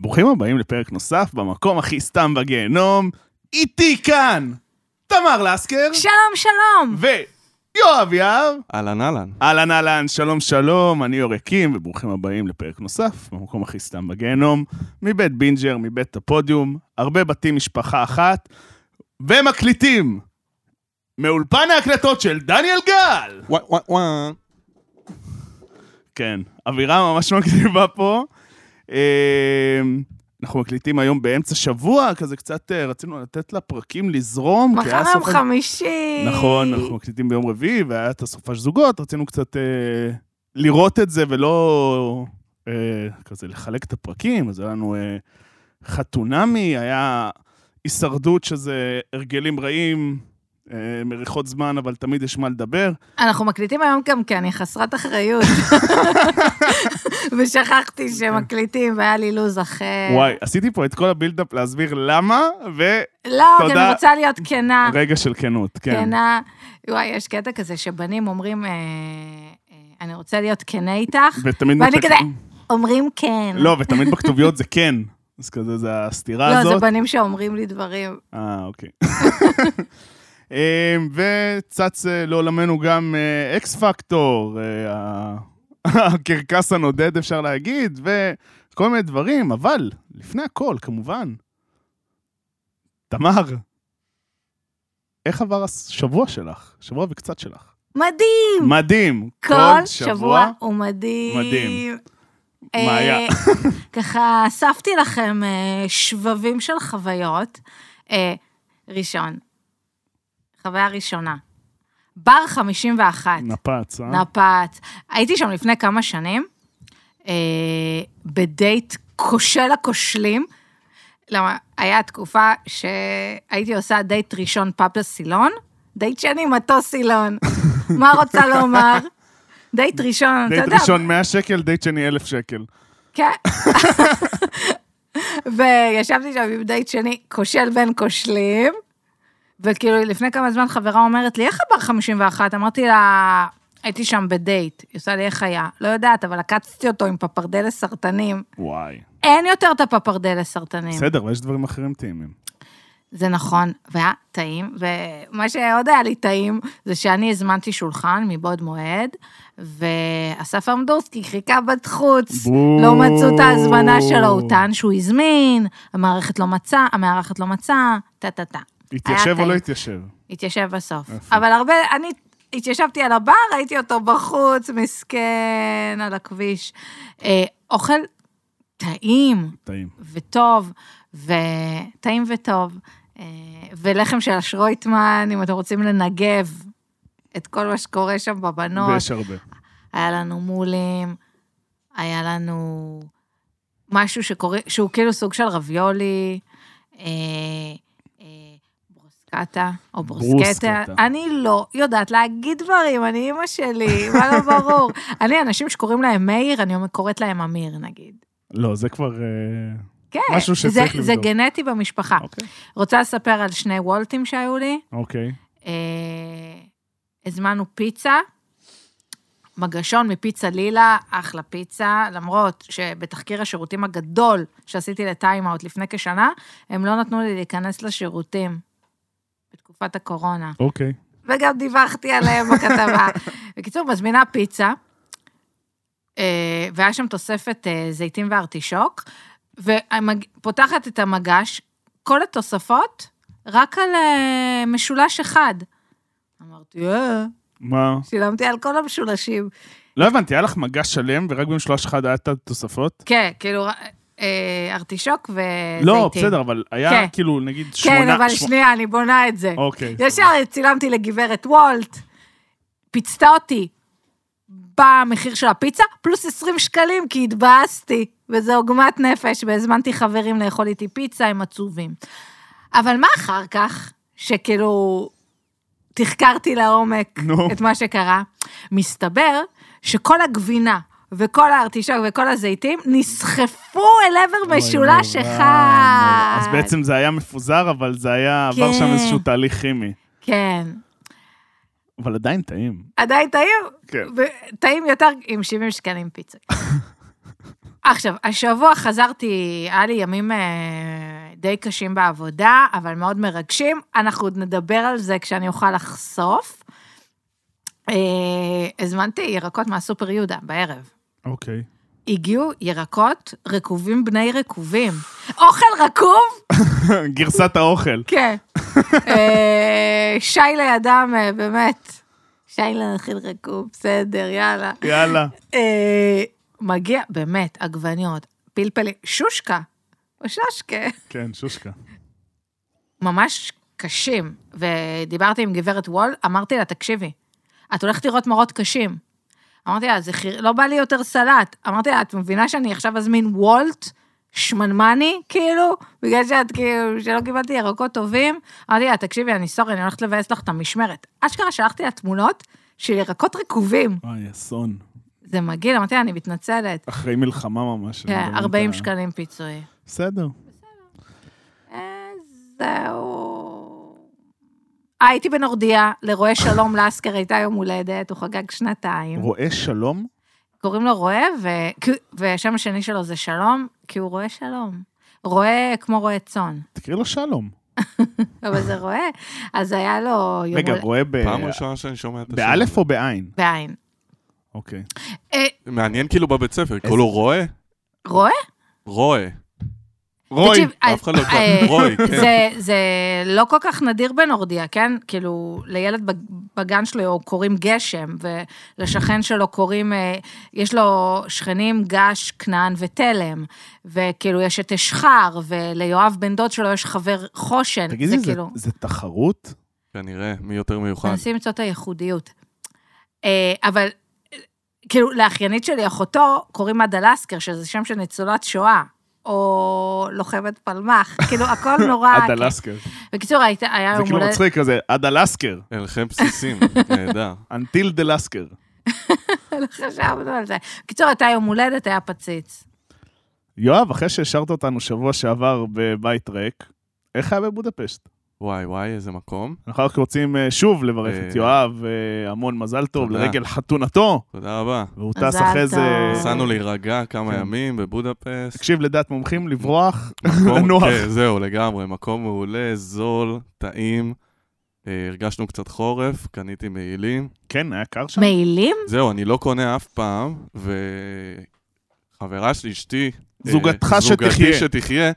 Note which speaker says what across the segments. Speaker 1: ברוכים הבאים לפרק נוסף במקום הכי סתם בגיהנום. איתי כאן תמר לסקר
Speaker 2: שלום, שלום!
Speaker 1: ויואב יהב.
Speaker 3: אהלן אהלן.
Speaker 1: אהלן אהלן, שלום שלום, אני אור יקים, וברוכים הבאים לפרק נוסף במקום הכי סתם בגיהנום, מבית בינג'ר, מבית הפודיום, הרבה בתים, משפחה אחת, ומקליטים מאולפן ההקלטות של דניאל גל.
Speaker 3: וואי וואי וואי.
Speaker 1: כן, אווירה ממש מגניבה פה. אמ, אנחנו מקליטים היום באמצע שבוע, כזה קצת אה, רצינו לתת לפרקים לזרום. כי היה
Speaker 2: מחר יום
Speaker 1: סוף-
Speaker 2: חמישי!
Speaker 1: נכון, אנחנו מקליטים ביום רביעי, והיה את הסופש זוגות, רצינו קצת אה, לראות את זה ולא אה, כזה לחלק את הפרקים, אז היה לנו אה, חתונמי, היה הישרדות שזה הרגלים רעים, אה, מריחות זמן, אבל תמיד יש מה לדבר.
Speaker 2: אנחנו מקליטים היום גם כי אני חסרת אחריות. ושכחתי שמקליטים והיה לי לו"ז אחר.
Speaker 1: כן. וואי, עשיתי פה את כל הבילדאפ להסביר למה,
Speaker 2: לא, כי
Speaker 1: תודה.
Speaker 2: אני רוצה להיות כנה.
Speaker 1: ורגע של כנות, כן.
Speaker 2: כנה. וואי, יש קטע כזה שבנים אומרים, אה, אה, אני רוצה להיות כנה איתך,
Speaker 1: ותמיד
Speaker 2: ואני
Speaker 1: מתק-
Speaker 2: כזה, אומרים כן.
Speaker 1: לא, ותמיד בכתוביות זה כן. אז כזה, זה הסתירה
Speaker 2: לא,
Speaker 1: הזאת.
Speaker 2: זה בנים שאומרים לי דברים.
Speaker 1: אה, אוקיי. אמ, וצץ אה, לעולמנו גם אה, אקס פקטור, אה, ה- הקרקס הנודד אפשר להגיד, וכל מיני דברים, אבל לפני הכל, כמובן, תמר, איך עבר השבוע שלך? שבוע וקצת שלך.
Speaker 2: מדהים!
Speaker 1: מדהים.
Speaker 2: כל שבוע הוא מדהים.
Speaker 1: מדהים.
Speaker 2: אה,
Speaker 1: מה היה?
Speaker 2: ככה, אספתי לכם אה, שבבים של חוויות. אה, ראשון, חוויה ראשונה, בר 51,
Speaker 1: נפץ, אה?
Speaker 2: נפת. הייתי שם לפני כמה שנים, אה, בדייט כושל הכושלים. למה, היה תקופה שהייתי עושה דייט ראשון פאפה סילון, דייט שני מטוס סילון. מה רוצה לומר? דייט ראשון, אתה
Speaker 1: דייט
Speaker 2: יודע,
Speaker 1: ראשון 100 שקל, דייט שני 1,000 שקל.
Speaker 2: כן. וישבתי שם עם דייט שני, כושל בין כושלים, וכאילו לפני כמה זמן חברה אומרת לי, איך הבר 51? אמרתי לה, הייתי שם בדייט, היא עושה לי איך היה, לא יודעת, אבל עקצתי אותו עם פפרדל לסרטנים.
Speaker 1: וואי.
Speaker 2: אין יותר את הפפרדל לסרטנים.
Speaker 1: בסדר, אבל יש דברים אחרים טעימים.
Speaker 2: זה נכון, והיה טעים, ומה שעוד היה לי טעים, זה שאני הזמנתי שולחן מבעוד מועד, ואסף עמדורסקי חיכה בחוץ,
Speaker 1: בואו.
Speaker 2: לא מצאו את ההזמנה שלו, הוא טען שהוא הזמין, המערכת לא מצאה, המארחת לא מצאה, טה-טה-טה. היה
Speaker 1: התיישב או
Speaker 2: אה, טעים.
Speaker 1: לא התיישב?
Speaker 2: התיישב בסוף.
Speaker 1: יפה.
Speaker 2: אבל הרבה, אני התיישבתי על הבר, ראיתי אותו בחוץ, מסכן, על הכביש. אה, אוכל טעים.
Speaker 1: טעים.
Speaker 2: וטוב, וטעים וטוב, אה, ולחם של השרויטמן, אם אתם רוצים לנגב את כל מה שקורה שם בבנות.
Speaker 1: ויש הרבה.
Speaker 2: היה לנו מולים, היה לנו משהו שקורה, שהוא כאילו סוג של רביולי, אה, אה, ברוסקטה, או ברוסקטה.
Speaker 1: ברוסקטה.
Speaker 2: אני לא יודעת להגיד דברים, אני אימא שלי, מה לא ברור. אני, אנשים שקוראים להם מאיר, אני קוראת להם אמיר, נגיד.
Speaker 1: לא, זה כבר... אה,
Speaker 2: כן,
Speaker 1: משהו שצריך
Speaker 2: זה,
Speaker 1: לבדוק.
Speaker 2: זה גנטי במשפחה.
Speaker 1: אוקיי.
Speaker 2: רוצה לספר על שני וולטים שהיו לי.
Speaker 1: אוקיי.
Speaker 2: אה, הזמנו פיצה, מגשון מפיצה לילה, אחלה פיצה, למרות שבתחקיר השירותים הגדול שעשיתי לטיימאוט לפני כשנה, הם לא נתנו לי להיכנס לשירותים בתקופת הקורונה.
Speaker 1: אוקיי.
Speaker 2: וגם דיווחתי עליהם בכתבה. בקיצור, מזמינה פיצה, אה, והיה שם תוספת אה, זיתים וארטישוק, ופותחת את המגש, כל התוספות, רק על אה, משולש אחד. אמרתי, אה,
Speaker 1: מה?
Speaker 2: שילמתי על כל המשולשים.
Speaker 1: לא הבנתי, היה לך מגש שלם ורק במשולש אחד היה את התוספות?
Speaker 2: כן, כאילו, אה, ארטישוק וזיתים.
Speaker 1: לא, בסדר, אבל היה
Speaker 2: אה, כן.
Speaker 1: כאילו, נגיד, שמונה...
Speaker 2: כן, אבל
Speaker 1: שמונה-
Speaker 2: שנייה, אני בונה את זה.
Speaker 1: אוקיי.
Speaker 2: ישר צילמתי לגברת וולט, פיצתה אותי במחיר של הפיצה, פלוס 20 שקלים, כי התבאסתי, וזו עוגמת נפש, והזמנתי חברים לאכול איתי פיצה, הם עצובים. אבל מה אחר כך, שכאילו תחקרתי לעומק
Speaker 1: נו.
Speaker 2: את מה שקרה? מסתבר שכל הגבינה וכל הארטישוק וכל הזיתים נסחפו אל עבר משולש
Speaker 1: אוי, אוי,
Speaker 2: אחד.
Speaker 1: אז בעצם זה היה מפוזר, אבל זה היה, עבר
Speaker 2: כן.
Speaker 1: שם איזשהו תהליך כימי.
Speaker 2: כן.
Speaker 1: אבל עדיין טעים.
Speaker 2: עדיין טעים,
Speaker 1: כן.
Speaker 2: טעים יותר עם 70 שקלים פיצה. עכשיו, השבוע חזרתי, היה לי ימים אה, די קשים בעבודה, אבל מאוד מרגשים. אנחנו עוד נדבר על זה כשאני אוכל לחשוף. אה, הזמנתי ירקות מהסופר יהודה בערב.
Speaker 1: אוקיי.
Speaker 2: הגיעו ירקות רקובים בני רקובים. אוכל רקוב?
Speaker 1: גרסת האוכל.
Speaker 2: כן. אה, שי לידם, אה, באמת. שי לאכיל רקוב, בסדר, יאללה.
Speaker 1: יאללה.
Speaker 2: אה, מגיע, באמת, עגבניות, פלפלים, שושקה, או ששקה,
Speaker 1: כן, שושקה.
Speaker 2: ממש קשים. ודיברתי עם גברת וול, אמרתי לה, תקשיבי, את הולכת לראות מראות קשים. אמרתי לה, זה חיר... לא בא לי יותר סלט. אמרתי לה, את מבינה שאני עכשיו אזמין וולט? שמנמני, כאילו, בגלל שאת כאילו, שלא קיבלתי ירקות טובים. אמרתי לה, תקשיבי, אני סורי, אני הולכת לבאס לך את המשמרת. אשכרה שלחתי לה תמונות של ירקות רקובים.
Speaker 1: אוי, אסון.
Speaker 2: זה מגעיל, אמרתי לה, אני מתנצלת.
Speaker 1: אחרי מלחמה ממש. אני
Speaker 2: כן,
Speaker 1: מדמיין את
Speaker 2: 40
Speaker 1: ה-
Speaker 2: שקלים פיצוי.
Speaker 1: בסדר.
Speaker 2: אה, זהו. אה, הייתי בנורדיה, לרועה שלום לסקר הייתה יום הולדת, הוא חגג שנתיים.
Speaker 1: רואה שלום?
Speaker 2: קוראים לו רועה, ו- כי- והשם השני שלו זה שלום, כי הוא רועה שלום. רועה כמו רועה צאן,
Speaker 1: תקראי לו שלום.
Speaker 2: אבל זה רועה. אז היה לו יום
Speaker 1: רגע,
Speaker 2: הולדת...
Speaker 1: רואה ב...
Speaker 3: פעם ראשונה שאני שומע את השם.
Speaker 1: אה, באלף או בעין?
Speaker 2: בעין.
Speaker 1: אוקיי.
Speaker 2: אה,
Speaker 3: מעניין כאילו בבית ספר, קראו לו רואה?
Speaker 2: רועה?
Speaker 3: רואה.
Speaker 1: רוי.
Speaker 2: תקשיב,
Speaker 3: אף אחד לא קרא,
Speaker 2: אה,
Speaker 3: רוי, כן.
Speaker 2: זה, זה לא כל כך נדיר בנורדיה, כן? כאילו, לילד בג- בגן שלו קוראים גשם, ולשכן שלו קוראים, אה, יש לו שכנים גש, כנען ותלם, וכאילו יש את אשחר, וליואב בן דוד שלו יש חבר חושן.
Speaker 1: תגידי,
Speaker 2: זה
Speaker 1: זה-
Speaker 2: כאילו,
Speaker 1: זה תחרות?
Speaker 3: כנראה, מי יותר מיוחד.
Speaker 2: מנסים למצוא את הייחודיות. אה, אבל, אה, כאילו, לאחיינית שלי, אחותו, קוראים עדה לסקר, שזה שם של ניצולת שואה. או לוחמת פלמ"ח, כאילו הכל נורא...
Speaker 1: עד
Speaker 2: כאילו,
Speaker 1: אלסקר.
Speaker 2: בקיצור, הייתה, היה
Speaker 1: זה
Speaker 2: יום
Speaker 1: כאילו
Speaker 2: הולדת...
Speaker 1: מצחיק כזה, עד אלסקר.
Speaker 3: אליכם בסיסים, נהדר.
Speaker 1: until the לסקר.
Speaker 2: לא חשבנו על זה. בקיצור, הייתה יום הולדת, היה פציץ.
Speaker 1: יואב, אחרי שהשארת אותנו שבוע שעבר בבית ריק, איך היה בבודפשט?
Speaker 3: וואי, וואי, איזה מקום.
Speaker 1: אנחנו רק רוצים אה, שוב לברך
Speaker 3: אה.
Speaker 1: את יואב, אה, המון מזל טוב
Speaker 3: תודה.
Speaker 1: לרגל חתונתו,
Speaker 3: תודה רבה.
Speaker 1: והוא
Speaker 2: מזל
Speaker 1: טס אחרי זה...
Speaker 2: טוב.
Speaker 3: נסענו להירגע כמה
Speaker 1: כן.
Speaker 3: ימים בבודפסט.
Speaker 1: תקשיב, לדעת מומחים, לברוח,
Speaker 3: מקום-
Speaker 1: לנוח.
Speaker 3: כן, זהו, לגמרי. מקום מעולה, זול, טעים. אה, הרגשנו קצת חורף, קניתי מעילים.
Speaker 1: כן, היה קר שם?
Speaker 2: מעילים?
Speaker 3: זהו, אני לא קונה אף פעם, וחברה שלי, אשתי... אה,
Speaker 1: זוגתך
Speaker 3: זוגתי
Speaker 1: שתחיה.
Speaker 3: שתחיה,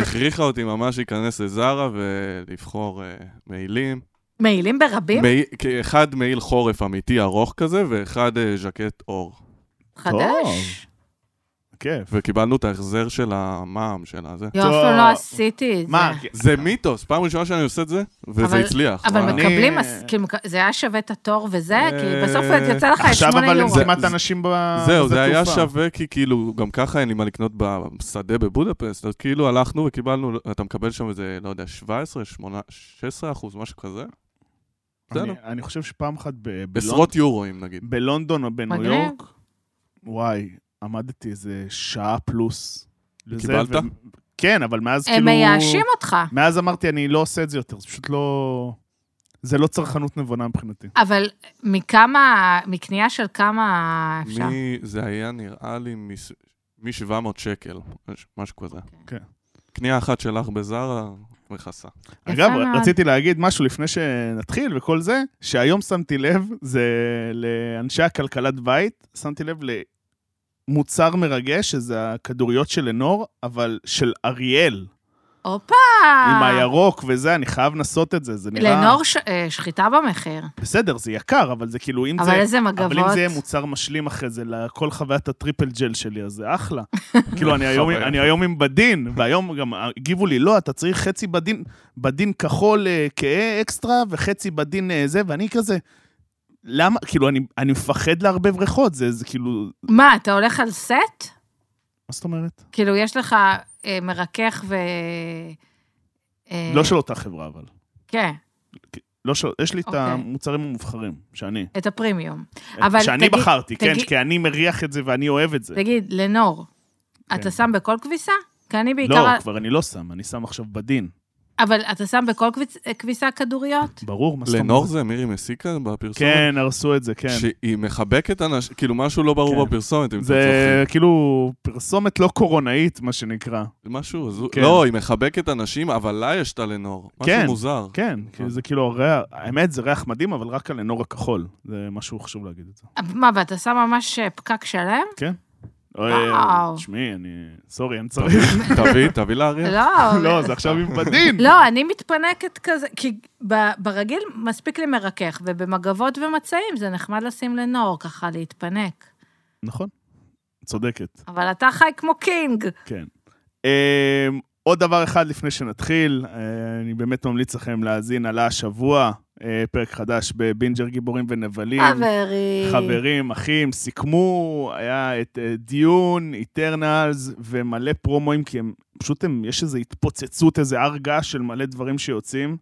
Speaker 3: הכריחה אותי ממש להיכנס לזארה ולבחור אה, מעילים.
Speaker 2: מעילים ברבים?
Speaker 3: מעי- כי אחד מעיל חורף אמיתי ארוך כזה, ואחד אה, ז'קט אור.
Speaker 2: חדש?
Speaker 1: כיף.
Speaker 3: וקיבלנו את ההחזר של המע"מ, של הזה.
Speaker 2: יואו, אף פעם
Speaker 1: טוב.
Speaker 2: לא עשיתי את זה.
Speaker 1: מה,
Speaker 3: זה מיתוס, פעם ראשונה שאני עושה את זה, וזה
Speaker 2: אבל-
Speaker 3: הצליח. אה,
Speaker 2: אבל
Speaker 3: מה?
Speaker 1: אני- אה,
Speaker 2: מקבלים, מס- כאילו, מק- זה היה שווה את התור וזה, כי בסוף יצא לך את
Speaker 1: עכשיו
Speaker 2: שמונה
Speaker 1: אבל עם
Speaker 2: יורו.
Speaker 3: זה-
Speaker 1: זרימת
Speaker 3: זה-
Speaker 1: אנשים ב-
Speaker 3: זהו, זה
Speaker 1: בשדה
Speaker 3: היה
Speaker 1: תעופה.
Speaker 3: שווה, כי כאילו, גם ככה אין לי מה לקנות בשדה בבודפסט, אז כאילו הלכנו וקיבלנו, אתה מקבל שם איזה, לא יודע, 17, 8, 16 אחוז, משהו כזה.
Speaker 1: אני-
Speaker 3: בסדר.
Speaker 1: אני חושב שפעם אחת ב- בלונדון-
Speaker 3: עשרות יורוים נגיד.
Speaker 1: בלונדון או בניו
Speaker 2: מגניב.
Speaker 1: יורק, וואי, עמדתי איזה שעה פלוס. לזה,
Speaker 3: קיבלת?
Speaker 1: ו- כן, אבל מאז
Speaker 2: הם
Speaker 1: כאילו...
Speaker 2: מייאשים אותך.
Speaker 1: מאז אמרתי, אני לא עושה את זה יותר, זה פשוט לא... זה לא צרכנות נבונה מבחינתי.
Speaker 2: אבל מכמה, מקנייה של כמה אפשר?
Speaker 3: מי, זה היה נראה לי מס- מ-700 שקל, מש- משהו כזה.
Speaker 1: כן.
Speaker 3: קנייה אחת שלך בזארה, מכסה.
Speaker 2: יפה
Speaker 1: אגב,
Speaker 2: מאוד.
Speaker 1: רציתי להגיד משהו לפני שנתחיל וכל זה, שהיום שמתי לב, זה לאנשי הכלכלת בית, שמתי לב למוצר מרגש, שזה הכדוריות של לנור, אבל של אריאל,
Speaker 2: הופה!
Speaker 1: עם הירוק וזה, אני חייב לנסות את זה, זה נראה...
Speaker 2: אה. לנור ש- אה, שחיטה במחיר.
Speaker 1: בסדר, זה יקר, אבל זה כאילו, אם
Speaker 2: אבל
Speaker 1: זה...
Speaker 2: איזה
Speaker 1: אבל אם
Speaker 2: מגבות.
Speaker 1: זה יהיה מוצר משלים אחרי זה לכל חוויית הטריפל ג'ל שלי, אז זה אחלה. כאילו, אני היום-
Speaker 3: חוויה.
Speaker 1: אני היום עם בדין, והיום גם הגיבו לי, לא, אתה צריך חצי בדין, בדין כחול אה, כהה אקסטרה, וחצי בדין אה, זה, ואני כזה... למה? כאילו, אני- אני מפחד לערבב ריחות, זה זה כאילו... מה
Speaker 2: מה, אתה הולך על סט?
Speaker 1: זאת אומרת?
Speaker 2: כאילו, יש לך אה, מרכך ו... אה,
Speaker 1: לא של אותה חברה, אבל.
Speaker 2: כן,
Speaker 1: לא של... יש לי את
Speaker 2: אוקיי.
Speaker 1: המוצרים המובחרים, שאני.
Speaker 2: את הפרימיום.
Speaker 1: כן.
Speaker 2: אבל
Speaker 1: שאני
Speaker 2: תגיד-
Speaker 1: בחרתי, כן,
Speaker 2: תגיד-
Speaker 1: כי אני מריח את זה ואני אוהב את זה.
Speaker 2: תגיד, לנור,
Speaker 1: כן.
Speaker 2: אתה שם בכל כביסה? כי אני בעיקר...
Speaker 1: לא, כבר אני לא שם, אני שם עכשיו בדין.
Speaker 2: אבל אתה שם בכל כביס- כביסה כדוריות?
Speaker 1: ברור, מה זאת אומרת?
Speaker 3: לנור זה מירי מסיקה בפרסומת?
Speaker 1: כן, הרסו את זה, כן.
Speaker 3: שהיא מחבקת אנשים, כאילו משהו לא ברור
Speaker 1: כן.
Speaker 3: בפרסומת, אם אתם
Speaker 1: זה
Speaker 3: צוחקים.
Speaker 1: כאילו פרסומת לא קורונאית, מה שנקרא.
Speaker 3: משהו, הזו-
Speaker 1: כן.
Speaker 3: לא, היא מחבקת אנשים, אבל לה יש את הלנור.
Speaker 1: כן,
Speaker 3: משהו מוזר.
Speaker 1: כן, כי זה כאילו הריח, האמת זה ריח מדהים, אבל רק על הנור הכחול. זה משהו חשוב להגיד את זה.
Speaker 2: מה, ואתה שם ממש אה, פקק שלם?
Speaker 1: אוי,
Speaker 2: וואו.
Speaker 1: תשמעי, אני... סורי, אני צריך.
Speaker 3: תביא, תביא לאריה.
Speaker 2: לא.
Speaker 1: לא, זה עכשיו עם בדין.
Speaker 2: לא, אני מתפנקת כזה, כי ב- ברגיל מספיק לי מרכך, ובמגבות ומצעים זה נחמד לשים לנור, ככה להתפנק.
Speaker 1: נכון, צודקת,
Speaker 2: אבל אתה חי כמו קינג.
Speaker 1: כן. אמ, עוד דבר אחד לפני שנתחיל, אה, אני באמת ממליץ לכם להאזין, עלה השבוע, אה, פרק חדש בבינג'ר גיבורים ונבלים.
Speaker 2: אה, חברי.
Speaker 1: חברים, אחים, סיכמו, היה את אה, דיון, איטרנלס ומלא פרומואים, כי הם פשוט, הם, יש איזו התפוצצות, איזה הר געש של מלא דברים שיוצאים.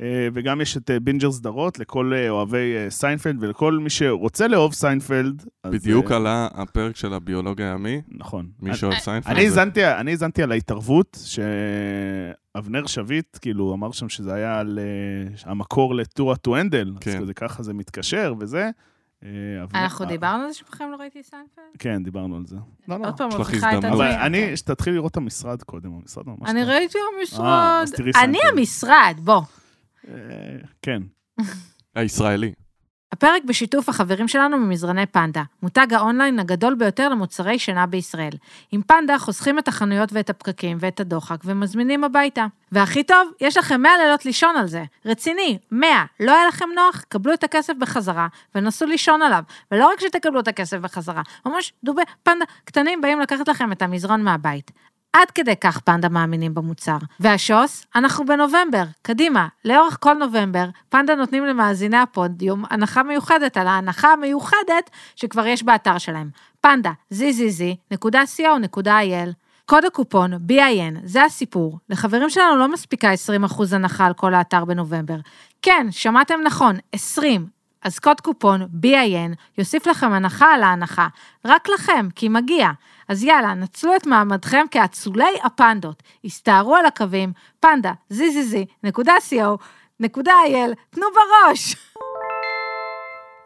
Speaker 1: אה, וגם יש את אה, בינג'ר סדרות לכל אה, אוהבי אה, סיינפלד ולכל מי שרוצה לאהוב סיינפלד. אז,
Speaker 3: בדיוק
Speaker 1: אה,
Speaker 3: עלה הפרק של הביולוג הימי,
Speaker 1: נכון.
Speaker 3: מי שאוהב סיינפלד.
Speaker 1: אני
Speaker 3: זה-
Speaker 1: האזנתי, אני האזנתי על ההתערבות שאבנר שביט, כאילו, אמר שם שזה היה על אה, המקור לטורה טו הנדל, אז
Speaker 3: כן.
Speaker 1: כזה ככה זה מתקשר וזה. אה, אבנר-
Speaker 2: אנחנו
Speaker 1: אה,
Speaker 2: דיברנו על זה שבכם לא ראיתי סיינפלד?
Speaker 1: כן, דיברנו על זה. לא, לא.
Speaker 2: עוד פעם
Speaker 3: יש לך
Speaker 2: מוכיחה את
Speaker 3: הזדמנות.
Speaker 1: אבל
Speaker 2: עצמי.
Speaker 1: אני, שתתחיל לראות את המשרד קודם, המשרד ממש...
Speaker 2: אני
Speaker 1: טוב.
Speaker 2: ראיתי
Speaker 1: אה,
Speaker 2: המשרד.
Speaker 1: אז תראי
Speaker 2: אני
Speaker 1: סיינפלד.
Speaker 2: המשרד, בוא.
Speaker 1: אה, כן.
Speaker 3: הישראלי.
Speaker 2: הפרק בשיתוף החברים שלנו ממזרני פנדה, מותג האונליין הגדול ביותר למוצרי שינה בישראל. עם פנדה חוסכים את החנויות ואת הפקקים ואת הדוחק ומזמינים הביתה. והכי טוב, יש לכם 100 לילות לישון על זה. רציני, 100. לא היה לכם נוח? קבלו את הכסף בחזרה ונסו לישון עליו. ולא רק שתקבלו את הכסף בחזרה, ממש דובי פנדה קטנים באים לקחת לכם את המזרון מהבית. עד כדי כך פנדה מאמינים במוצר. והשוס, אנחנו בנובמבר, קדימה, לאורך כל נובמבר, פנדה נותנים למאזיני הפודיום הנחה מיוחדת על ההנחה המיוחדת שכבר יש באתר שלהם. פנדה, zzz.co.il קוד הקופון BIN, זה הסיפור. לחברים שלנו לא מספיקה 20% הנחה על כל האתר בנובמבר. כן, שמעתם נכון, 20. אז קוד קופון BIN יוסיף לכם הנחה על ההנחה, רק לכם, כי מגיע. אז יאללה, נצלו את מעמדכם כאצולי הפנדות. הסתערו על הקווים, פנדה, zzz.co.il, תנו בראש.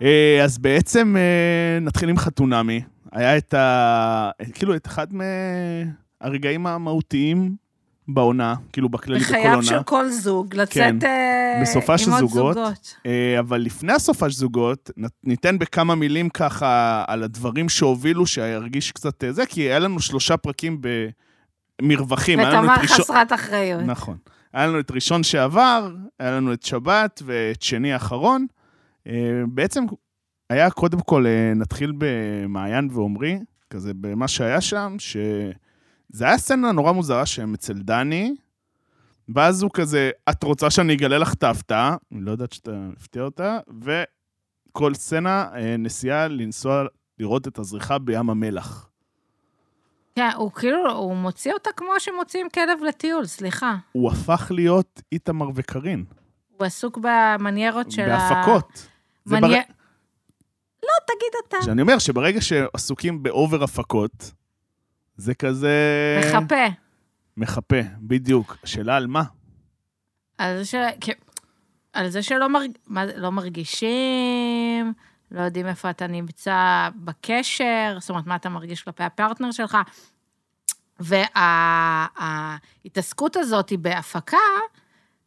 Speaker 1: אה, אז בעצם אה, נתחיל עם חתונמי. היה את ה... כאילו, את אחד מהרגעים המהותיים בעונה, כאילו, בכללי, בכל עונה.
Speaker 2: בחייו של כל זוג, לצאת
Speaker 1: כן.
Speaker 2: אה,
Speaker 1: בסופה של
Speaker 2: עם עוד
Speaker 1: זוגות.
Speaker 2: זוגות.
Speaker 1: אה, אבל לפני הסופש זוגות, נ- ניתן בכמה מילים ככה על הדברים שהובילו, שירגיש קצת אה, זה, כי היה לנו שלושה פרקים במרווחים. היה לנו את
Speaker 2: ותמר
Speaker 1: ראשון-
Speaker 2: חסרת אחריות.
Speaker 1: נכון. היה לנו את ראשון שעבר, היה לנו את שבת ואת שני האחרון. אה, בעצם היה קודם כל, אה, נתחיל במעיין ועומרי, כזה במה שהיה שם, שזה היה סצנה נורא מוזרה שהם אצל דני, ואז הוא כזה, את רוצה שאני אגלה לך את ההפתעה? אני לא יודעת שאתה מפתיע אותה, וכל סצנה, אה, נסיעה לנסוע לראות את הזריחה בים המלח.
Speaker 2: כן, הוא כאילו, הוא מוציא אותה כמו שמוציאים כלב לטיול, סליחה.
Speaker 1: הוא הפך להיות איתמר וקארין,
Speaker 2: הוא עסוק במניירות של ה...
Speaker 1: בהפקות. זה בר-
Speaker 2: מניע... לא, תגיד אתה.
Speaker 1: שאני אומר שברגע שעסוקים באובר הפקות, זה כזה...
Speaker 2: מחפה.
Speaker 1: מחפה, בדיוק. שאלה על מה?
Speaker 2: על זה, ש... כ- על זה שלא מרג... מה זה- לא מרגישים, לא יודעים איפה אתה נמצא בקשר, זאת אומרת, מה אתה מרגיש כלפי הפרטנר שלך. וההתעסקות הזאת היא בהפקה,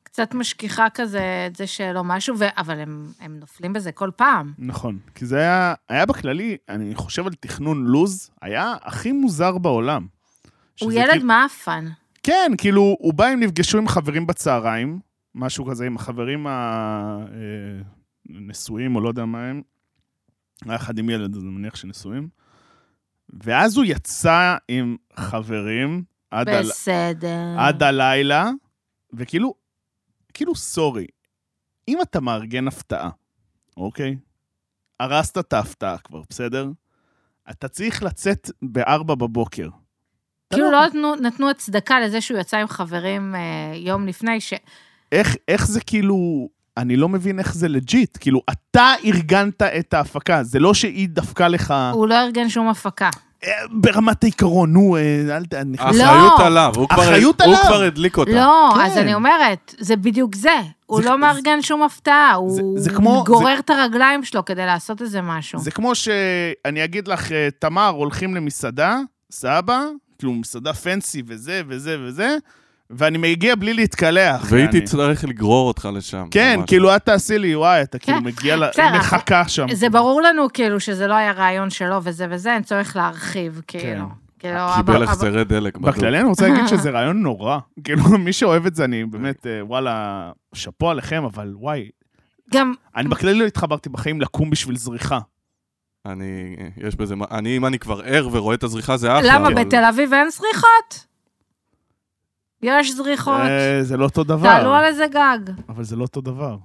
Speaker 2: קצת משכיחה כזה את זה שלא משהו, ו... אבל הם, הם נופלים בזה כל פעם.
Speaker 1: נכון. כי זה היה, היה בכללי, אני חושב על תכנון לוז, היה הכי מוזר בעולם.
Speaker 2: הוא
Speaker 1: שזה
Speaker 2: ילד
Speaker 1: כאילו-
Speaker 2: מאפן.
Speaker 1: כן, כאילו, הוא בא, הם נפגשו עם חברים בצהריים, משהו כזה, עם החברים הנשואים, או לא יודע מה הם. היה אחד עם ילד, אז אני מניח שנשואים. ואז הוא יצא עם חברים עד, על...
Speaker 2: בסדר.
Speaker 1: עד הלילה, וכאילו, כאילו, סורי, אם אתה מארגן הפתעה, אוקיי? הרסת את ההפתעה כבר, בסדר? אתה צריך לצאת ב-4 בבוקר.
Speaker 2: כאילו לא נתנו, נתנו הצדקה לזה שהוא יצא עם חברים אה, יום לפני, ש...
Speaker 1: איך, איך זה כאילו... אני לא מבין איך זה לג'יט. כאילו, אתה ארגנת את ההפקה, זה לא שהיא דפקה לך...
Speaker 2: הוא לא ארגן שום הפקה.
Speaker 1: אה, ברמת העיקרון, נו, אה, אל ת... אני נכנס-
Speaker 3: האחריות עליו, הוא כבר-
Speaker 1: אחריות
Speaker 3: הוא
Speaker 1: עליו.
Speaker 3: כבר הדליק אותה.
Speaker 2: לא,
Speaker 1: כן.
Speaker 2: אז אני אומרת, זה בדיוק זה. הוא
Speaker 1: זה-
Speaker 2: לא מארגן שום הפתעה, הוא
Speaker 1: זה כמו-
Speaker 2: גורר את הרגליים שלו כדי לעשות איזה משהו.
Speaker 1: זה כמו שאני אגיד לך, אה, תמר, הולכים למסעדה, סבא, כאילו מסעדה פנסי וזה וזה וזה, ואני מגיע בלי להתקלח.
Speaker 3: והיא
Speaker 1: יעני.
Speaker 3: תצטרך לגרור אותך לשם.
Speaker 1: כן,
Speaker 3: ממש.
Speaker 1: כאילו, את תעשי לי, וואי, אתה כאילו מגיע, ל-
Speaker 2: כן. בסדר,
Speaker 1: מחכה שם.
Speaker 2: זה ברור לנו כאילו שזה לא היה רעיון שלו וזה וזה, אין צורך להרחיב,
Speaker 1: כן.
Speaker 2: כאילו. כאילו,
Speaker 3: קיבל
Speaker 2: אבל- אבל-
Speaker 3: החזרי דלק. בדוק.
Speaker 1: בכללי אני רוצה להגיד שזה רעיון נורא. כאילו, מי שאוהב את זה, אני באמת, אה, וואלה, שאפו עליכם, אבל וואי,
Speaker 2: גם,
Speaker 1: אני בכללי לא התחברתי בחיים לקום בשביל זריחה.
Speaker 3: אני, יש בזה, מה- אני, אם אני כבר ער ורואה את הזריחה, זה אחלה.
Speaker 2: למה
Speaker 3: אבל-
Speaker 2: בתל אביב אין זריחות? יש זריחות.
Speaker 1: אה, זה לא אותו
Speaker 2: נכון. תעלו על
Speaker 1: דבר,
Speaker 2: איזה גג,
Speaker 1: אבל זה לא אותו דבר.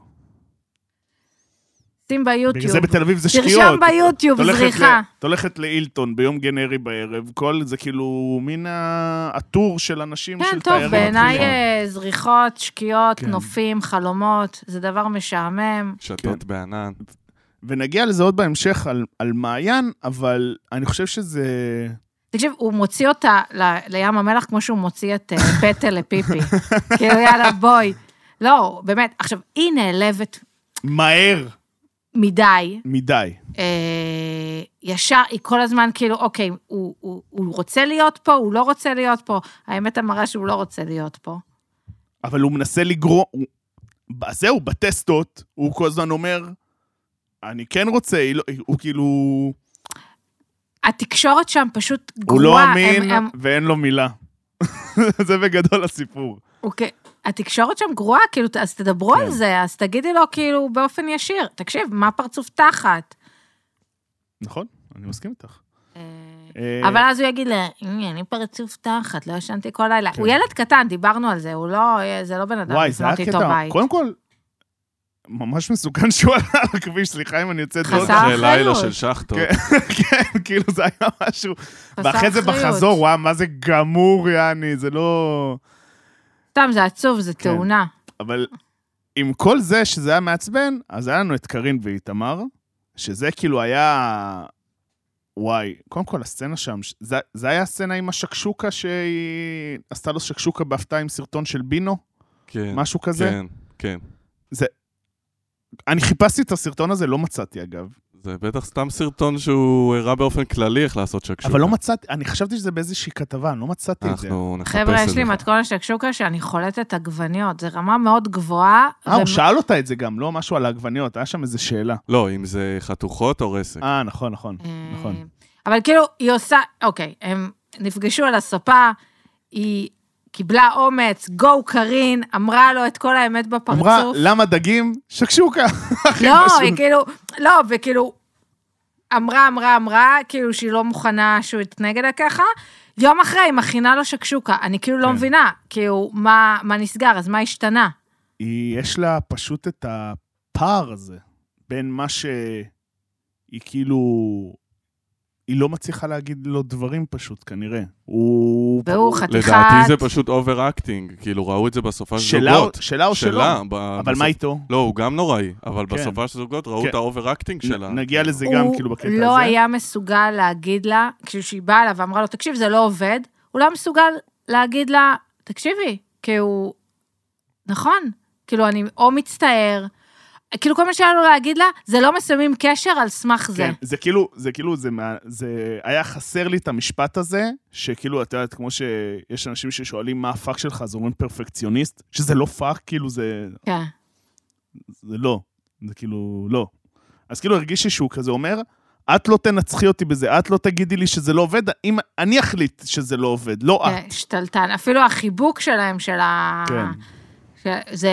Speaker 2: שים
Speaker 1: בגלל זה
Speaker 2: ביוטיוב.
Speaker 1: בתל אביב זה שטויות.
Speaker 2: תרשם ביוטיוב
Speaker 1: את הולכת
Speaker 2: זריחה.
Speaker 1: ל- את הולכת לאילטון ביום גנרי בערב, כל זה כאילו מין ה- הטור של אנשים
Speaker 2: כן,
Speaker 1: של
Speaker 2: טוב,
Speaker 1: תיירים.
Speaker 2: בעיניי
Speaker 3: כאילו.
Speaker 2: אה, זריחות, שקיעות,
Speaker 1: כן.
Speaker 2: נופים, חלומות, זה דבר משעמם.
Speaker 3: שתות בענן.
Speaker 1: ונגיע לזה עוד בהמשך על, על מעיין, אבל אני חושב שזה...
Speaker 2: תקשיב, הוא מוציא אותה ל- לים המלח כמו שהוא מוציא את אה, פטל לפיפי. כאילו, יאללה, בואי. לא, באמת. עכשיו, היא נעלבת
Speaker 1: מהר
Speaker 2: מדי.
Speaker 1: מדי.
Speaker 2: אה, ישר, היא כל הזמן כאילו, אוקיי, הוא, הוא, הוא רוצה להיות פה, הוא לא רוצה להיות פה. האמת המראה שהוא לא רוצה להיות פה.
Speaker 1: אבל הוא מנסה לגרום... הוא... ב- זהו, בטסטות, הוא כל הזמן אומר, אני כן רוצה, היא לא... הוא כאילו...
Speaker 2: התקשורת שם פשוט גרועה.
Speaker 1: הוא לא
Speaker 2: הם-
Speaker 1: אמין,
Speaker 2: הם-
Speaker 1: ואין לו מילה. זה בגדול הסיפור.
Speaker 2: אוקיי, התקשורת שם גרועה, כאילו, אז תדברו
Speaker 1: כן.
Speaker 2: על זה, אז תגידי לו כאילו באופן ישיר, תקשיב, מה פרצוף תחת?
Speaker 1: נכון, אני מסכים איתך.
Speaker 2: אה,
Speaker 1: אה,
Speaker 2: אבל אז הוא יגיד לה, "אה, אני פרצוף תחת, לא ישנתי כל לילה. הוא ילד קטן, דיברנו על זה, הוא לא, זה לא בן אדם
Speaker 1: כן. וואי, זה היה
Speaker 2: לבנות איתו
Speaker 1: קטע.
Speaker 2: בית.
Speaker 1: קודם כל, ממש מסוכן שהוא עלה על הכביש, סליחה אם אני יוצא
Speaker 2: חסר
Speaker 1: דעות.
Speaker 3: אחרי לילה
Speaker 2: אחריות.
Speaker 3: של שחטות.
Speaker 1: כן. כן, כאילו זה היה משהו.
Speaker 2: חסר
Speaker 1: ואחרי זה
Speaker 2: אחריות.
Speaker 1: בחזור, וואו, מה זה גמור, יעני, זה לא...
Speaker 2: סתם, זה עצוב, זה
Speaker 1: כן.
Speaker 2: תאונה.
Speaker 1: אבל עם כל זה שזה היה מעצבן, אז היה לנו את קארין ואיתמר, שזה כאילו היה... וואי, קודם כל הסצנה שם, ש- זה, זה היה הסצנה עם השקשוקה שהיא עשתה לו שקשוקה בהפתעה עם סרטון של בינו,
Speaker 3: כן,
Speaker 1: משהו כזה.
Speaker 3: כן, כן.
Speaker 1: אני חיפשתי את הסרטון הזה, לא מצאתי אגב.
Speaker 3: זה בטח סתם סרטון שהוא הראה באופן כללי איך לעשות שקשוקה.
Speaker 1: אבל לא מצאתי, אני חשבתי שזה באיזושהי כתבה, אני לא מצאתי את זה.
Speaker 3: אנחנו נחפש את זה.
Speaker 2: חבר'ה, יש לי מתכון לשקשוקה שאני חולטת עגבניות, זה רמה מאוד גבוהה.
Speaker 1: אה, הוא
Speaker 2: ומ-
Speaker 1: שאל אותה את זה גם, לא משהו על העגבניות, היה שם איזו שאלה.
Speaker 3: לא, אם זה חתוכות או רסק.
Speaker 1: אה, נכון, נכון, נכון.
Speaker 2: אה, אבל כאילו, היא עושה, אוקיי, הם נפגשו על הספה, היא קיבלה אומץ, גו קארין, אמרה לו את כל האמת בפרצוף.
Speaker 1: אמרה, למה דגים? שקשוקה. הכי
Speaker 2: לא,
Speaker 1: פשוט.
Speaker 2: היא כאילו, לא, וכאילו, אמרה, אמרה, אמרה, כאילו שהיא לא מוכנה שהוא יתנהג אליה ככה. יום אחרי היא מכינה לו שקשוקה, אני כאילו לא
Speaker 1: כן.
Speaker 2: מבינה, כאילו, מה, מה נסגר, אז מה השתנה?
Speaker 1: היא, יש לה פשוט את הפער הזה בין מה שהיא כאילו... היא לא מצליחה להגיד לו דברים פשוט, כנראה. הוא...
Speaker 2: והוא חתיכת...
Speaker 3: לדעתי זה פשוט אובר-אקטינג, כאילו ראו את זה בסופה של
Speaker 1: שלה
Speaker 3: זוגות.
Speaker 1: או- שלה או שלו?
Speaker 3: שלה, ב-
Speaker 1: אבל
Speaker 3: בסופ-
Speaker 1: מה איתו?
Speaker 3: לא, הוא גם נוראי, אבל
Speaker 1: כן.
Speaker 3: בסופה של זוגות ראו
Speaker 1: כן.
Speaker 3: את האובר-אקטינג שלה.
Speaker 1: נ- נגיע לזה גם
Speaker 2: הוא
Speaker 1: כאילו בקטע הזה.
Speaker 2: לא היה מסוגל להגיד לה, כשהיא באה אליו ואמרה לו, תקשיב, זה לא עובד, הוא לא היה מסוגל להגיד לה, תקשיבי, כי הוא... נכון, כאילו, אני או מצטער, כאילו, כל מה שהיה לו להגיד לה, זה לא מסיימים קשר על סמך זה.
Speaker 1: כן, זה כאילו, זה כאילו, זה, מה, זה היה חסר לי את המשפט הזה, שכאילו, את יודעת, כמו שיש אנשים ששואלים מה הפאק שלך, אז אומרים פרפקציוניסט, שזה לא פאק, כאילו, זה,
Speaker 2: כן.
Speaker 1: זה לא. זה כאילו, לא. אז כאילו הרגיש לי שהוא כזה אומר, את לא תנצחי אותי בזה, את לא תגידי לי שזה לא עובד, אם אני אחליט שזה לא עובד, לא את.
Speaker 2: כן, שתלטן. אפילו החיבוק שלהם, של ה...
Speaker 1: כן.
Speaker 2: ש- זה,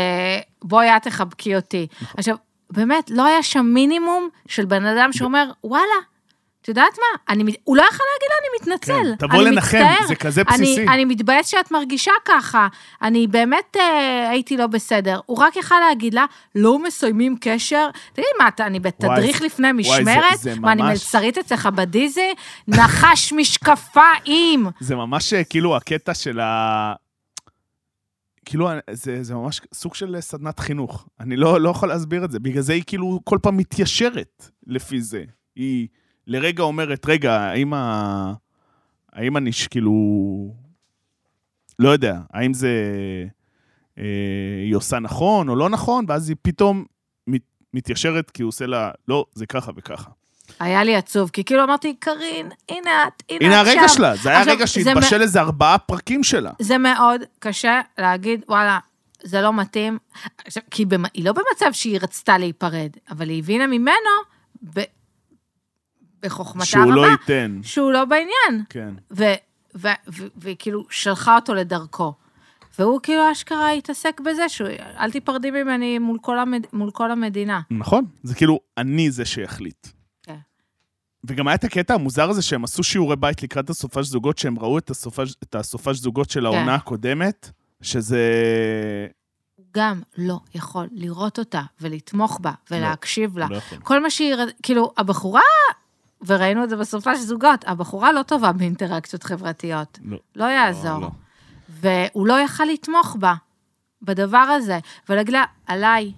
Speaker 2: בואי את תחבקי אותי.
Speaker 1: נכון.
Speaker 2: עכשיו, באמת, לא היה שם מינימום של בן אדם שאומר, וואלה, את יודעת מה? אני, מת- הוא לא יכול להגיד לה, אני מתנצל.
Speaker 1: כן, תבוא
Speaker 2: אני
Speaker 1: לנחם,
Speaker 2: מצטער,
Speaker 1: זה כזה
Speaker 2: אני-
Speaker 1: בסיסי."
Speaker 2: אני מתבאס שאת מרגישה ככה, אני באמת אה, הייתי לא בסדר. הוא רק יכל להגיד לה, לא מסיימים קשר. תגיד, מה, אתה, אני בתדריך
Speaker 1: זה-
Speaker 2: לפני
Speaker 1: וואי, זה-
Speaker 2: משמרת?
Speaker 1: זה
Speaker 2: מה, אני
Speaker 1: ממש-
Speaker 2: מלצרית אצלך בדיזי? נחש משקפיים!
Speaker 1: זה ממש אה, כאילו הקטע של ה... כאילו, זה, זה ממש סוג של סדנת חינוך. אני לא, לא יכול להסביר את זה. בגלל זה היא כאילו כל פעם מתיישרת לפי זה. היא לרגע אומרת, רגע, האם ה... האם אני ש- כאילו... לא יודע, האם זה... אה, היא עושה נכון או לא נכון, ואז היא פתאום מת, מתיישרת כי הוא עושה לה, לא, זה ככה וככה.
Speaker 2: היה לי עצוב, כי כאילו אמרתי, קארין, הנה את, הנה,
Speaker 1: הנה
Speaker 2: עכשיו.
Speaker 1: הרגע שלה, זה היה
Speaker 2: עכשיו,
Speaker 1: הרגע
Speaker 2: זה
Speaker 1: שהתבשל איזה ארבעה פרקים שלה.
Speaker 2: זה מאוד קשה להגיד, וואלה, זה לא מתאים. עכשיו, כי במ... היא לא במצב שהיא רצתה להיפרד, אבל היא הבינה ממנו, ב... בחוכמתה
Speaker 1: שהוא
Speaker 2: הרבה,
Speaker 1: לא ייתן.
Speaker 2: שהוא לא בעניין.
Speaker 1: כן.
Speaker 2: ו... ו... ו... והיא כאילו שלחה אותו לדרכו. והוא כאילו אשכרה התעסק בזה, שהוא, אל תיפרדי ממני מול כל, המד... מול כל המדינה.
Speaker 1: נכון. זה כאילו, אני זה שיחליט.
Speaker 2: כן.
Speaker 1: וגם היה את הקטע המוזר הזה שהם עשו שיעורי בית לקראת הסופש זוגות, שהם ראו את הסופש, את הסופש זוגות של העונה הקודמת, שזה...
Speaker 2: הוא גם לא יכול לראות אותה ולתמוך בה ולהקשיב לה.
Speaker 1: לא יכול.
Speaker 2: כל מה שהיא, ר- כאילו, הבחורה, וראינו את זה בסופה של זוגות, הבחורה לא טובה באינטראקציות חברתיות.
Speaker 1: לא.
Speaker 2: לא יעזור.
Speaker 3: לא.
Speaker 2: והוא לא יכל לתמוך בה, בדבר הזה, ולהגיד לה, עליי,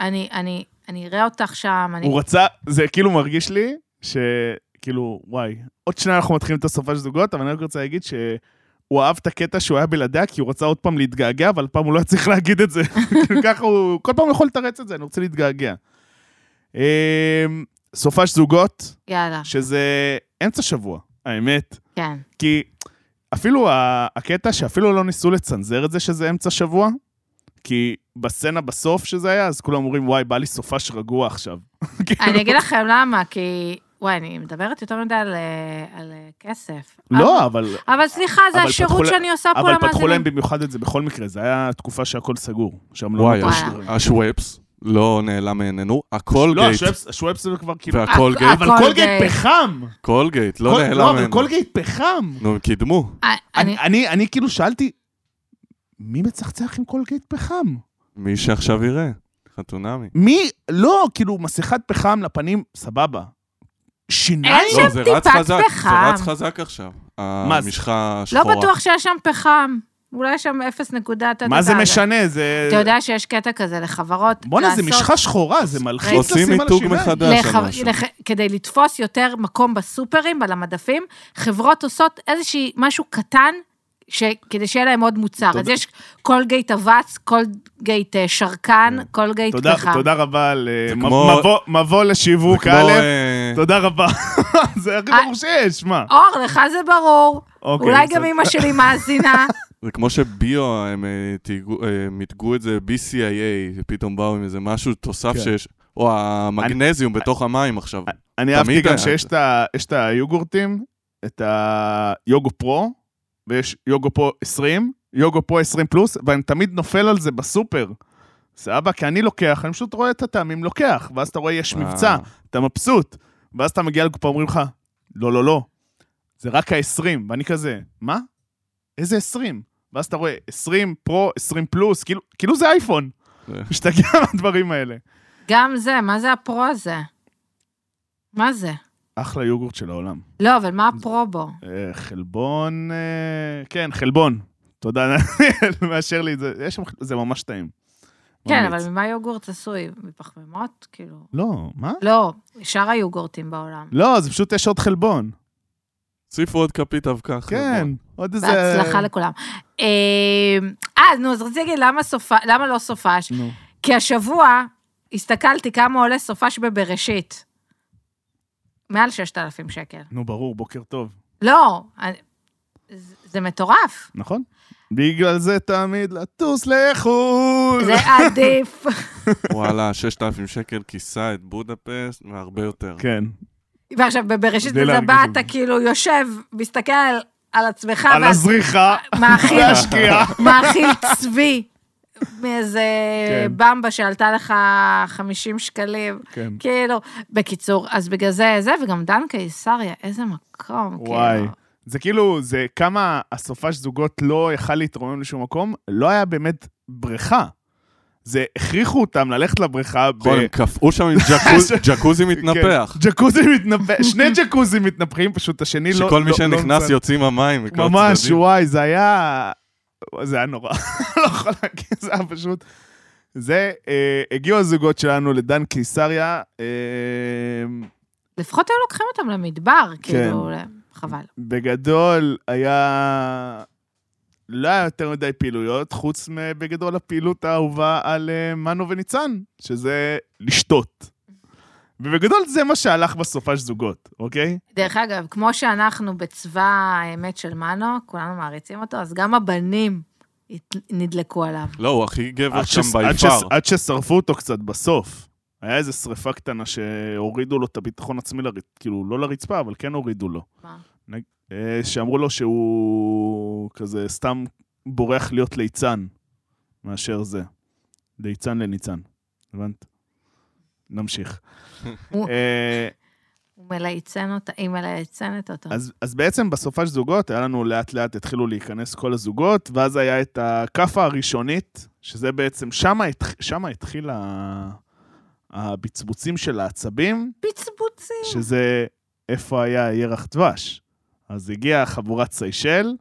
Speaker 2: אני, אני, אני אראה אותך שם, אני...
Speaker 1: הוא רצה, זה כאילו מרגיש לי, שכאילו, וואי, עוד שנייה אנחנו מתחילים את הסופש זוגות, אבל אני רק רוצה להגיד שהוא אהב את הקטע שהוא היה בלעדיה, כי הוא רצה עוד פעם להתגעגע, אבל פעם הוא לא היה צריך להגיד את זה. כאילו, ככה הוא, כל פעם הוא יכול לתרץ את זה, אני רוצה להתגעגע. אמ, סופש זוגות,
Speaker 2: יאללה,
Speaker 1: שזה אמצע שבוע, האמת.
Speaker 2: כן.
Speaker 1: כי אפילו ה- הקטע שאפילו לא ניסו לצנזר את זה שזה אמצע שבוע, כי בסצנה בסוף שזה היה, אז כולם אומרים, וואי, בא לי סופש רגוע עכשיו.
Speaker 2: אני אגיד לכם למה, כי... וואי, אני מדברת יותר מדי על, אה, על אה, כסף.
Speaker 1: לא,
Speaker 2: אבל-
Speaker 1: אבל
Speaker 2: אבל סליחה, זה
Speaker 1: אבל פתחו
Speaker 2: השירות
Speaker 1: לה-
Speaker 2: שאני עושה פה
Speaker 1: אבל
Speaker 2: למאזינים.
Speaker 1: פתחו להם במיוחד את זה בכל מקרה, זה היה תקופה שהכל סגור. שם לא
Speaker 3: וואי, אה.
Speaker 1: נתנו
Speaker 2: הש-
Speaker 1: שידורים.
Speaker 3: השוואפס לא נעלם מעינינו,
Speaker 1: לא,
Speaker 3: הקולגייט,
Speaker 1: השוואפס- השוואפס זה כבר כאילו...
Speaker 3: והקולגייט,
Speaker 2: אה,
Speaker 1: אבל
Speaker 2: הקולגייט.
Speaker 1: קולגייט פחם!
Speaker 3: קולגייט, לא
Speaker 1: קול-
Speaker 3: נעלם
Speaker 1: אבל
Speaker 3: מעינינו.
Speaker 1: קולגייט פחם!
Speaker 3: נו, הם קידמו.
Speaker 2: אה, אני-
Speaker 1: אני- אני אני כאילו שאלתי, מי מצחצח עם קולגייט פחם?
Speaker 3: מי שעכשיו יראה, חתונמי.
Speaker 1: מי, לא, כאילו, מסכת פחם לפנים, סבבה. שיניים?
Speaker 2: אין
Speaker 3: לא, זה רץ
Speaker 2: טיפת
Speaker 3: חזק, זה
Speaker 2: פחם.
Speaker 3: רץ חזק עכשיו.
Speaker 1: זה?
Speaker 3: המשחה
Speaker 2: לא
Speaker 3: השחורה.
Speaker 2: בטוח שיש שם פחם. אולי יש שם אפס נקודה... טה, טה,
Speaker 1: מה זה
Speaker 2: טה.
Speaker 1: משנה? זה...
Speaker 2: אתה יודע שיש קטע כזה לחברות
Speaker 1: אה, בואנה, זה
Speaker 2: לעשות-
Speaker 1: משחה שחורה, זה מלחיץ
Speaker 3: עושים
Speaker 1: לשים על
Speaker 3: מיתוג
Speaker 1: השיניים.
Speaker 3: מחדש. יודע
Speaker 2: לח-
Speaker 3: שם משהו.
Speaker 2: לח- כדי לתפוס יותר מקום בסופרים, על המדפים, חברות עושות איזושהי משהו קטן, ש... כדי שיהיה להם עוד מוצר. אז יש קולגייט אבץ, קולגייט אה, שרקן, קולגייט
Speaker 1: כן. תודה-
Speaker 2: פחם.
Speaker 1: תודה רבה על אה, מב-
Speaker 3: כמו-
Speaker 1: מבוא- מבוא
Speaker 3: זה
Speaker 1: לשיווק
Speaker 3: כמו,
Speaker 1: א',
Speaker 3: אה,
Speaker 1: תודה רבה. זה הכי
Speaker 2: אה.
Speaker 1: ברור שיש, מה?
Speaker 2: אור, לך זה ברור.
Speaker 1: אוקיי,
Speaker 2: אולי
Speaker 1: בסדר.
Speaker 2: גם אימא שלי מאזינה.
Speaker 3: זה כמו שביו, הם אה, תהיגו- אה, מיתגו את זה ב-CIA, פתאום באו עם איזה משהו תוסף
Speaker 1: כן. אה,
Speaker 3: שיש, או המגנזיום בתוך המים עכשיו.
Speaker 1: אני אהבתי
Speaker 3: תמיד
Speaker 1: גם
Speaker 3: היה.
Speaker 1: שיש את ה- יש את היוגורטים, את היוגו פרו, ויש יוגו פרו 20, יוגו פרו 20 פלוס, ואני תמיד נופל על זה בסופר. סבבה, כי אני לוקח, אני פשוט רואה את הטעמים לוקח, ואז אתה רואה יש מבצע,
Speaker 3: אה,
Speaker 1: אתה מבסוט, ואז אתה מגיע לקופה, אומרים לך, לא, לא, לא, זה רק ה-20, ואני כזה, מה? איזה 20? ואז אתה רואה 20 פרו, 20 פלוס, כאילו, כאילו זה אייפון.
Speaker 3: זה-
Speaker 1: משתגע מהדברים האלה.
Speaker 2: גם זה, מה זה הפרו הזה? מה זה?
Speaker 1: אחלה יוגורט של העולם.
Speaker 2: לא, אבל מה הפרו בו?
Speaker 1: אה, חלבון, אה, כן, חלבון. תודה, מאשר לי את זה. יש שם, זה ממש טעים.
Speaker 2: כן,
Speaker 1: ממליץ.
Speaker 2: אבל ממה יוגורט עשוי? מפחמימות? כאילו...
Speaker 1: לא, מה?
Speaker 2: לא, שאר היוגורטים בעולם.
Speaker 1: לא, זה פשוט יש עוד חלבון.
Speaker 3: הוסיפו עוד כפית אבקה.
Speaker 1: כן, עוד איזה...
Speaker 2: בהצלחה לכולם. אה, אה, נו, אז רציתי להגיד למה סופה- למה לא סופש?
Speaker 1: נו.
Speaker 2: כי השבוע הסתכלתי כמה עולה סופש בבראשית. מעל 6,000 שקל.
Speaker 1: נו, ברור, בוקר טוב.
Speaker 2: לא, אני- זה זה מטורף.
Speaker 1: נכון? בגלל זה תמיד לטוס לחו"ל.
Speaker 2: זה עדיף.
Speaker 3: וואלה, 6,000 שקל כיסה את בודפסט, והרבה יותר.
Speaker 1: כן.
Speaker 2: ועכשיו, בבראשית
Speaker 1: בלי
Speaker 2: בזבה
Speaker 1: להרגיש.
Speaker 2: אתה כאילו יושב, מסתכל על- על עצמך,
Speaker 1: על כן.
Speaker 2: ועל-
Speaker 1: הזריחה
Speaker 2: מאכיל
Speaker 1: והשקיעה.
Speaker 2: מאכיל צבי מאיזה
Speaker 1: כן.
Speaker 2: במבה שעלתה לך 50 שקלים.
Speaker 1: כן.
Speaker 2: כאילו, בקיצור, אז בגלל זה זה, וגם דן קיסריה, איזה מקום,
Speaker 1: וואי.
Speaker 2: כאילו.
Speaker 1: זה כאילו, זה כמה הסופש זוגות לא יכל להתרומם לשום מקום, לא היה באמת בריכה. זה הכריחו אותם ללכת לבריכה ב...
Speaker 3: נכון, הם קפאו שם עם ג'קוז- ג'קוזי מתנפח.
Speaker 1: כן, ג'קוזי מתנפח, שני ג'קוזים מתנפחים, פשוט השני לא...
Speaker 3: שכל מי
Speaker 1: לא- לא
Speaker 3: שנכנס
Speaker 1: מצא-
Speaker 3: יוצאים המים. מכל
Speaker 1: ממש,
Speaker 3: הצדדים.
Speaker 1: וואי, זה היה... זה היה נורא. לא יכול להגיד, זה היה פשוט... זה, אה, הגיעו הזוגות שלנו לדן קיסריה, אה, כן.
Speaker 2: לפחות היו לוקחים אותם למדבר, כאילו, חבל.
Speaker 1: בגדול, היה... לא היה יותר מדי פעילויות, חוץ מבגדול הפעילות האהובה על אה, מנו וניצן, שזה לשתות. ובגדול זה מה שהלך בסופש זוגות, אוקיי?
Speaker 2: דרך אגב, כמו שאנחנו בצבא האמת של מנו, כולנו מעריצים אותו, אז גם הבנים הת- נדלקו עליו.
Speaker 3: לא, הוא הכי גבר
Speaker 1: עד
Speaker 3: שם
Speaker 1: שס- עד
Speaker 3: ביפר.
Speaker 1: שס- עד ששרפו אותו קצת בסוף. היה איזה שריפה קטנה שהורידו לו את הביטחון עצמי, לר... כאילו, לא לרצפה, אבל כן הורידו לו.
Speaker 2: מה?
Speaker 1: אה, שאמרו לו שהוא כזה סתם בורח להיות ליצן מאשר זה. ליצן לניצן, הבנת? נמשיך.
Speaker 2: הוא-
Speaker 1: אה,
Speaker 2: הוא מלייצן אותה, היא מלייצנת אותו.
Speaker 1: אז, אז בעצם בסופש זוגות, היה לנו לאט לאט התחילו להיכנס כל הזוגות, ואז היה את הכאפה הראשונית, שזה בעצם, שמה, התח, שמה התחיל ה, הבצבוצים של העצבים,
Speaker 2: פיצבוצים.
Speaker 1: שזה איפה היה ירח דבש. אז הגיעה חבורת סיישל,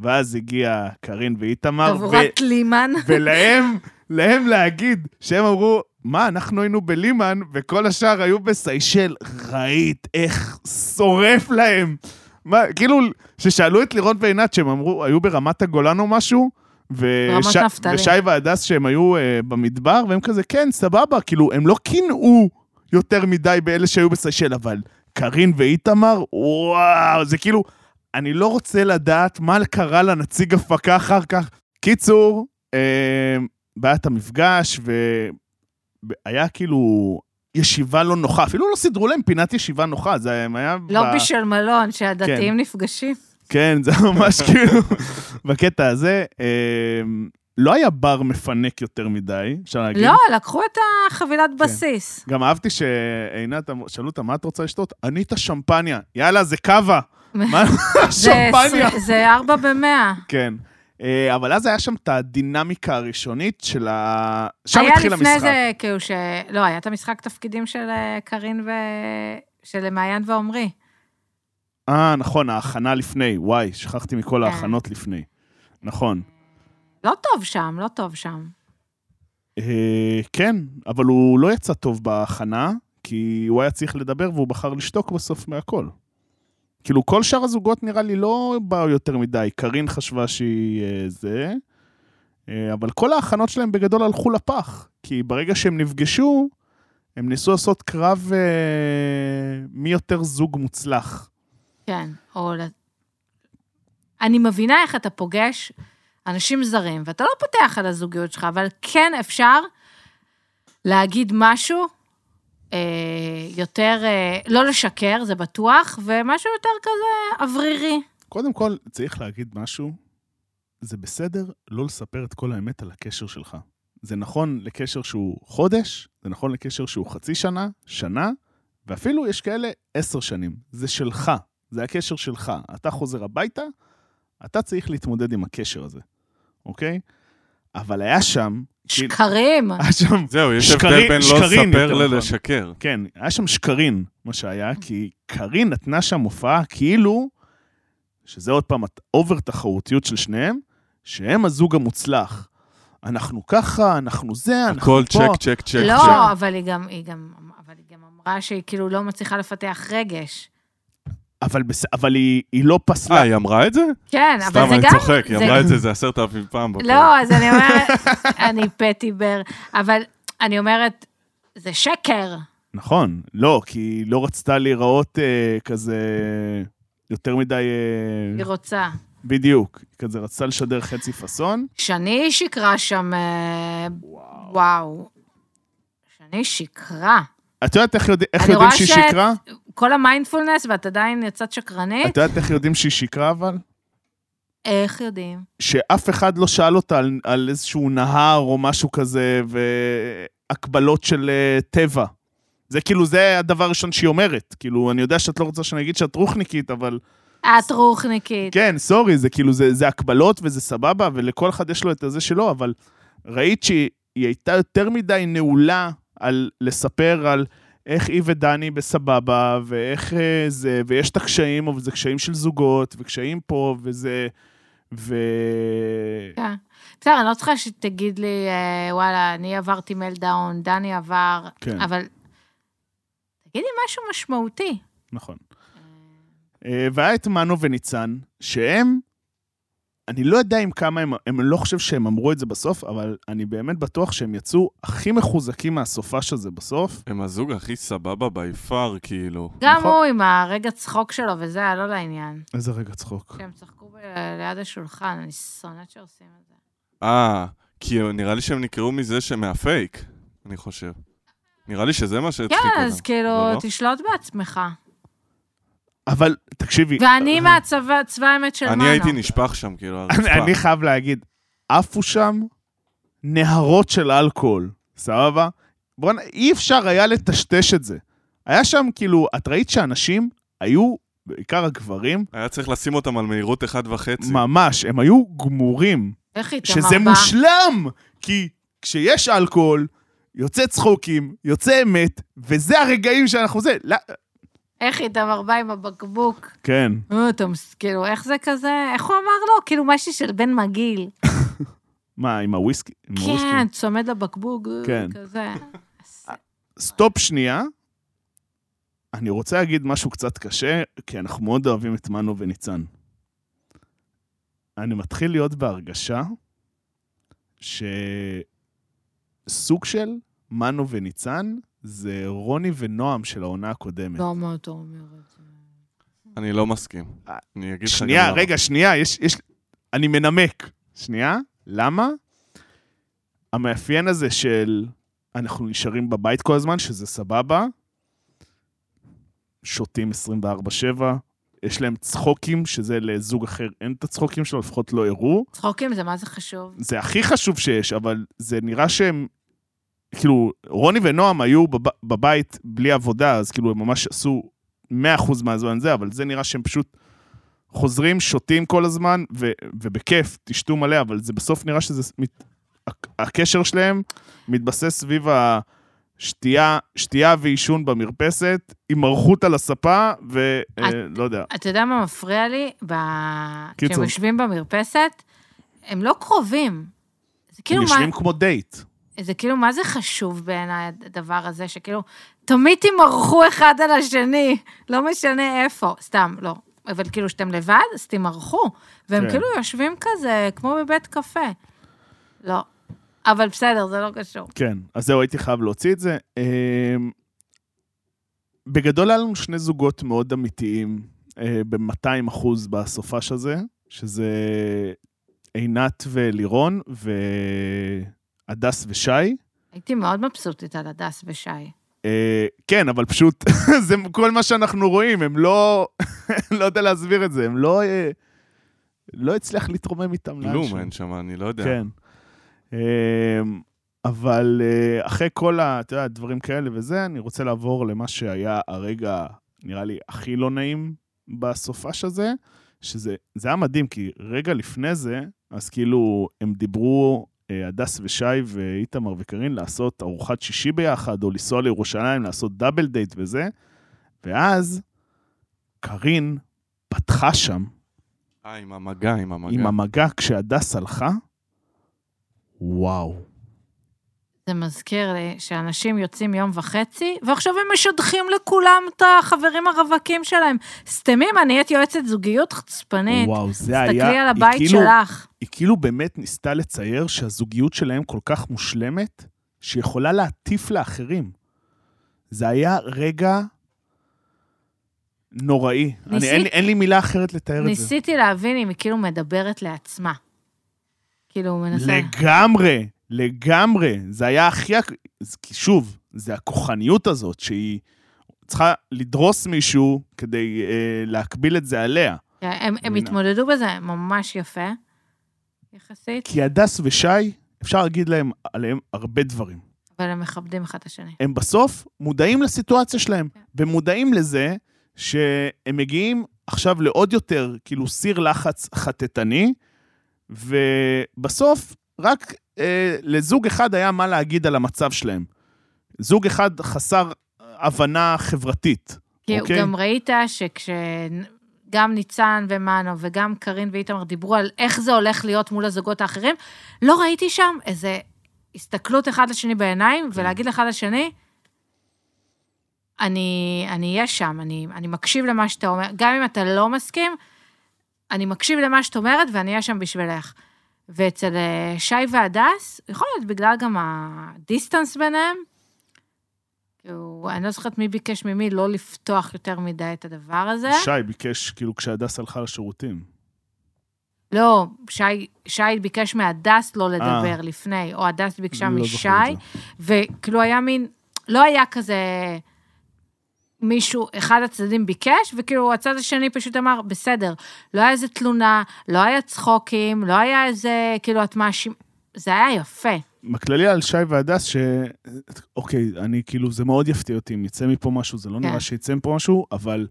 Speaker 1: ואז הגיעה קארין ואיתמר,
Speaker 2: חבורת לימן.
Speaker 1: ולהם, להם להגיד שהם אמרו, מה, אנחנו היינו בלימן, וכל השאר היו בסיישל, ראית איך שורף להם. מה, כאילו, כששאלו את לירון ועינת, שהם אמרו, היו ברמת הגולן או משהו, ו-
Speaker 2: ברמת
Speaker 1: ש-
Speaker 2: נפתלי.
Speaker 1: ושי והדס שהם היו אה, במדבר, והם כזה, כן, סבבה, כאילו, הם לא קינאו יותר מדי באלה שהיו בסיישל, אבל קארין ואיתמר, וואו, זה כאילו, אני לא רוצה לדעת מה קרה לנציג הפקה אחר כך. קיצור, אה, בעיית המפגש, והיה כאילו ישיבה לא נוחה, אפילו לא סידרו להם פינת ישיבה נוחה, זה היה...
Speaker 2: לובי של לא מלון, שהדתיים נפגשים.
Speaker 1: כן, זה ממש כאילו, בקטע הזה, אה, לא היה בר מפנק יותר מדי, אפשר להגיד.
Speaker 2: לא, לקחו את החבילת
Speaker 1: כן.
Speaker 2: בסיס.
Speaker 1: גם אהבתי שעינת, אמ- שאלו אותה, מה את רוצה לשתות? אני את השמפניה. יאללה, זה קאבה. מה
Speaker 2: זה
Speaker 1: השמפניה?
Speaker 2: עשרים- זה ארבע במאה.
Speaker 1: כן. אה, אבל אז היה שם את הדינמיקה הראשונית של ה... שם
Speaker 2: היה
Speaker 1: התחיל
Speaker 2: לפני
Speaker 1: המשחק.
Speaker 2: זה, כאילו ש... לא, היה את המשחק תפקידים של אה, קארין ו... של מעיין ועומרי.
Speaker 1: אה, נכון, ההכנה לפני. וואי, שכחתי מכל
Speaker 2: כן.
Speaker 1: ההכנות לפני. נכון.
Speaker 2: לא טוב שם, לא טוב שם.
Speaker 1: אה, כן, אבל הוא לא יצא טוב בהכנה, כי הוא היה צריך לדבר והוא בחר לשתוק בסוף מהכל. כאילו, כל שאר הזוגות נראה לי לא באו יותר מדי. קארין חשבה שהיא אה, זה, אה, אבל כל ההכנות שלהם בגדול הלכו לפח, כי ברגע שהם נפגשו, הם ניסו לעשות קרב אה, מי יותר זוג מוצלח.
Speaker 2: כן, או... ל- אני מבינה איך אתה פוגש אנשים זרים, ואתה לא פותח על הזוגיות שלך, אבל כן אפשר להגיד משהו אה, יותר, אה, לא לשקר, זה בטוח, ומשהו יותר כזה אוורירי.
Speaker 1: קודם כל, צריך להגיד משהו, זה בסדר לא לספר את כל האמת על הקשר שלך. זה נכון לקשר שהוא חודש, זה נכון לקשר שהוא חצי שנה, שנה, ואפילו יש כאלה עשר שנים. זה שלך, זה הקשר שלך. אתה חוזר הביתה, אתה צריך להתמודד עם הקשר הזה, אוקיי? אבל היה שם, כאילו-
Speaker 2: שקרים.
Speaker 1: היה שם
Speaker 3: זהו, יש הבדל
Speaker 1: שקרים-
Speaker 3: בין לא
Speaker 1: שקרים,
Speaker 3: לספר
Speaker 1: יותר נכון.
Speaker 3: ללשקר.
Speaker 1: כן, היה שם שקרין, מה שהיה, כי קרין נתנה שם הופעה כאילו, שזה עוד פעם האובר תחרותיות של שניהם, שהם הזוג המוצלח. אנחנו ככה, אנחנו זה, אנחנו
Speaker 3: הכל
Speaker 1: כן. פה.
Speaker 3: צ'ק, צ'ק, צ'ק.
Speaker 2: לא, אבל היא גם, היא גם, אבל היא גם אמרה שהיא כאילו לא מצליחה לפתח רגש.
Speaker 1: אבל, בס... אבל היא, היא לא פסלה.
Speaker 3: אה, היא אמרה את זה?
Speaker 2: כן, אבל זה
Speaker 3: סתם,
Speaker 2: גם...
Speaker 3: אני צוחק, היא
Speaker 2: זה-
Speaker 3: אמרה את זה איזה עשרת אלפים פעם. בפרק.
Speaker 2: לא, אז אני אומרת, אני פטי בר, אבל אני אומרת, זה שקר.
Speaker 1: נכון, לא, כי היא לא רצתה להיראות אה, כזה יותר מדי...
Speaker 2: היא
Speaker 1: אה,
Speaker 2: רוצה.
Speaker 1: בדיוק. כזה רצתה לשדר חצי פאסון.
Speaker 2: שני שיקרה שם, אה,
Speaker 1: וואו.
Speaker 2: וואו. שני שיקרה.
Speaker 1: את יודעת איך, יודע, איך
Speaker 2: אני
Speaker 1: יודעים
Speaker 2: רואה
Speaker 1: שהיא
Speaker 2: ש-
Speaker 1: שיקרה?
Speaker 2: כל המיינדפולנס, ואת עדיין יצאת שקרנית?
Speaker 1: את יודעת איך יודעים שהיא שיקרה, אבל?
Speaker 2: איך יודעים?
Speaker 1: שאף אחד לא שאל אותה על, על איזשהו נהר או משהו כזה, והקבלות של אה, טבע. זה כאילו, זה הדבר הראשון שהיא אומרת. כאילו, אני יודע שאת לא רוצה שאני אגיד שאת רוחניקית, אבל...
Speaker 2: את רוחניקית.
Speaker 1: כן, סורי, זה כאילו, זה, זה הקבלות וזה סבבה, ולכל אחד יש לו את הזה שלו, אבל ראית שהיא היא הייתה יותר מדי נעולה על לספר על איך היא ודני בסבבה, ואיך אה, זה, ויש את הקשיים, אבל זה קשיים של זוגות, וקשיים פה, וזה... ו...
Speaker 2: כן. בסדר, אני לא צריכה שתגיד לי, אה, וואלה, אני עברתי מלדאון, דני עבר,
Speaker 1: כן.
Speaker 2: אבל תגידי משהו משמעותי.
Speaker 1: נכון. אה, והיה את מנו וניצן, שהם, אני לא יודע עם כמה הם, הם לא חושב שהם אמרו את זה בסוף, אבל אני באמת בטוח שהם יצאו הכי מחוזקים מהסופש הזה בסוף.
Speaker 3: הם הזוג הכי סבבה בי פאר, כאילו.
Speaker 2: גם
Speaker 1: נכון.
Speaker 2: הוא עם הרגע צחוק שלו וזה, היה לא לעניין.
Speaker 1: איזה רגע צחוק.
Speaker 2: שהם צחקו ב- ליד השולחן, אני שונאת שעושים את זה.
Speaker 3: אה, כי נראה לי שהם נקראו מזה שמהפייק, אני חושב. נראה לי שזה מה שהצחיק אותם.
Speaker 2: כן, אז
Speaker 3: לא,
Speaker 2: כאילו,
Speaker 3: לא?
Speaker 2: תשלוט בעצמך.
Speaker 1: אבל תקשיבי,
Speaker 2: ואני מהצבא, צבא האמת של מנו.
Speaker 3: אה, אני הייתי נשפך שם, כאילו, הרצפה.
Speaker 1: אני, אני חייב להגיד, עפו שם נהרות של אלכוהול, סבבה? בוא, נ- אי אפשר היה לטשטש את זה. היה שם כאילו, את ראית שאנשים היו, בעיקר הגברים,
Speaker 3: היה צריך לשים אותם על מהירות אחד וחצי.
Speaker 1: ממש, הם היו גמורים.
Speaker 2: איך איתמר
Speaker 1: שזה
Speaker 2: בא?
Speaker 1: מושלם! כי כשיש אלכוהול, יוצא צחוקים, יוצא אמת, וזה הרגעים שאנחנו זה. לא,
Speaker 2: איך איתמר בא עם הבקבוק?
Speaker 1: כן.
Speaker 2: אה, אתה מס- כאילו, איך זה כזה? איך הוא אמר לו? כאילו, משהו של בן מגעיל.
Speaker 1: מה, עם הוויסקי? עם
Speaker 2: כן,
Speaker 1: הוויסקי?
Speaker 2: צומד לבקבוק, אה,
Speaker 1: כן. אה,
Speaker 2: כזה.
Speaker 1: סטופ שנייה. אני רוצה להגיד משהו קצת קשה, כי אנחנו מאוד אוהבים את מנו וניצן. אני מתחיל להיות בהרגשה שסוג של מנו וניצן זה רוני ונועם של העונה הקודמת.
Speaker 2: לא, מה אתה אומר את זה?
Speaker 3: אני לא מסכים.
Speaker 1: אה,
Speaker 3: אני אגיד לך גם
Speaker 1: שנייה,
Speaker 3: למה.
Speaker 1: רגע, שנייה, יש, יש... אני מנמק. שנייה, למה? המאפיין הזה של אנחנו נשארים בבית כל הזמן, שזה סבבה, שותים 24-7, יש להם צחוקים, שזה לזוג אחר אין את הצחוקים שלו, לפחות לא הראו.
Speaker 2: צחוקים זה מה זה חשוב?
Speaker 1: זה הכי חשוב שיש, אבל זה נראה שהם... כאילו, רוני ונועם היו בב, בבית בלי עבודה, אז כאילו הם ממש עשו 100% מהזמן זה, אבל זה נראה שהם פשוט חוזרים, שותים כל הזמן, ו, ובכיף, תשתו מלא, אבל זה בסוף נראה שזה... מת, הק- הקשר שלהם מתבסס סביב השתייה, שתייה ועישון במרפסת, עם ערכות על הספה, ולא יודע.
Speaker 2: אתה יודע מה מפריע לי? ב...
Speaker 1: קיצור.
Speaker 2: כשהם יושבים במרפסת, הם לא קרובים. זה כאילו,
Speaker 1: הם
Speaker 2: מה...
Speaker 1: יושבים כמו דייט.
Speaker 2: זה כאילו, מה זה חשוב בעיניי הדבר הזה, שכאילו, תמיד תמרחו אחד על השני, לא משנה איפה, סתם, לא. אבל כאילו, שאתם לבד, אז תמרחו. והם
Speaker 1: כן.
Speaker 2: כאילו יושבים כזה, כמו בבית קפה. לא. אבל בסדר, זה לא קשור.
Speaker 1: כן, אז זהו, הייתי חייב להוציא את זה. אמ, בגדול היה לנו שני זוגות מאוד אמיתיים ב-200 אחוז בסופש הזה, שזה עינת ולירון והדס ושי.
Speaker 2: הייתי מאוד מבסוטית על הדס ושי.
Speaker 1: אה, כן, אבל פשוט, זה כל מה שאנחנו רואים, הם לא... לא יודע להסביר את זה, הם לא... אה, לא הצליח להתרומם איתם לאנשהו.
Speaker 3: כלום אין שם, אני לא יודע.
Speaker 1: כן. אמ, אבל אה, אחרי כל ה... אתה יודע, דברים כאלה וזה, אני רוצה לעבור למה שהיה הרגע, נראה לי, הכי לא נעים בסופש הזה, שזה זה היה מדהים, כי רגע לפני זה, אז כאילו, הם דיברו, אה, הדס ושי ואיתמר וקארין, לעשות ארוחת שישי ביחד, או לנסוע לירושלים, לעשות דאבל דייט וזה, ואז קארין פתחה שם
Speaker 3: אה, עם המגע, עם המגע.
Speaker 1: עם המגע כשהדס הלכה, וואו.
Speaker 2: זה מזכיר לי שאנשים יוצאים יום וחצי, ועכשיו הם משדכים לכולם את החברים הרווקים שלהם. סתמים, אני הייתי יועצת זוגיות חצפנית.
Speaker 1: וואו, זה היה...
Speaker 2: תסתכלי על
Speaker 1: היא
Speaker 2: הבית
Speaker 1: כאילו-
Speaker 2: שלך.
Speaker 1: היא כאילו באמת ניסתה לצייר שהזוגיות שלהם כל כך מושלמת, שיכולה להטיף לאחרים. זה היה רגע נוראי. אני,
Speaker 2: ניסית-
Speaker 1: אין, לי- אין לי מילה אחרת לתאר את זה.
Speaker 2: ניסיתי להבין אם היא כאילו מדברת לעצמה. כאילו, הוא מנסה...
Speaker 1: לגמרי, לגמרי. זה היה הכי... הק- זה- כי שוב, זה הכוחניות הזאת, שהיא צריכה לדרוס מישהו כדי אה, להקביל את זה עליה.
Speaker 2: כן, הם הם
Speaker 1: מבינה.
Speaker 2: התמודדו בזה ממש יפה, יחסית,
Speaker 1: כי הדס ושי, אפשר להגיד להם עליהם הרבה דברים.
Speaker 2: אבל הם מכבדים אחד את השני.
Speaker 1: הם בסוף מודעים לסיטואציה שלהם, ומודעים לזה שהם מגיעים עכשיו לעוד יותר, כאילו, סיר לחץ חטטני, ובסוף רק אה, לזוג אחד היה מה להגיד על המצב שלהם. זוג אחד חסר הבנה חברתית.
Speaker 2: כי
Speaker 1: אוקיי.
Speaker 2: גם ראית שכש... גם ניצן ומנו וגם קארין ואיתמר דיברו על איך זה הולך להיות מול הזוגות האחרים, לא ראיתי שם איזה הסתכלות אחד לשני בעיניים ולהגיד לאחד לשני, אני אני אהיה שם, אני אני מקשיב למה שאתה אומר, גם אם אתה לא מסכים, אני מקשיב למה שאת אומרת ואני אהיה שם בשבילך. ואצל אה, שי והדס, יכול להיות בגלל גם הדיסטנס ביניהם, כאילו, אני לא זוכרת מי ביקש ממי לא לפתוח יותר מדי את הדבר הזה.
Speaker 1: שי ביקש, כאילו, כשהדס הלכה לשירותים.
Speaker 2: לא, שי, שי ביקש מהדס לא לדבר
Speaker 1: אה.
Speaker 2: לפני, או הדס ביקשה
Speaker 1: לא
Speaker 2: משי,
Speaker 1: זוכר את
Speaker 2: וכאילו היה מין, לא היה כזה מישהו, אחד הצדדים ביקש, וכאילו הצד השני פשוט אמר, בסדר, לא היה איזה תלונה, לא היה צחוקים, לא היה איזה, כאילו, את מאשים... זה היה יפה.
Speaker 1: בכללי על שי והדס, ש... אוקיי, אני כאילו, זה מאוד יפתיע אותי אם יצא מפה משהו, זה לא
Speaker 2: כן.
Speaker 1: נראה שיצא מפה משהו, אבל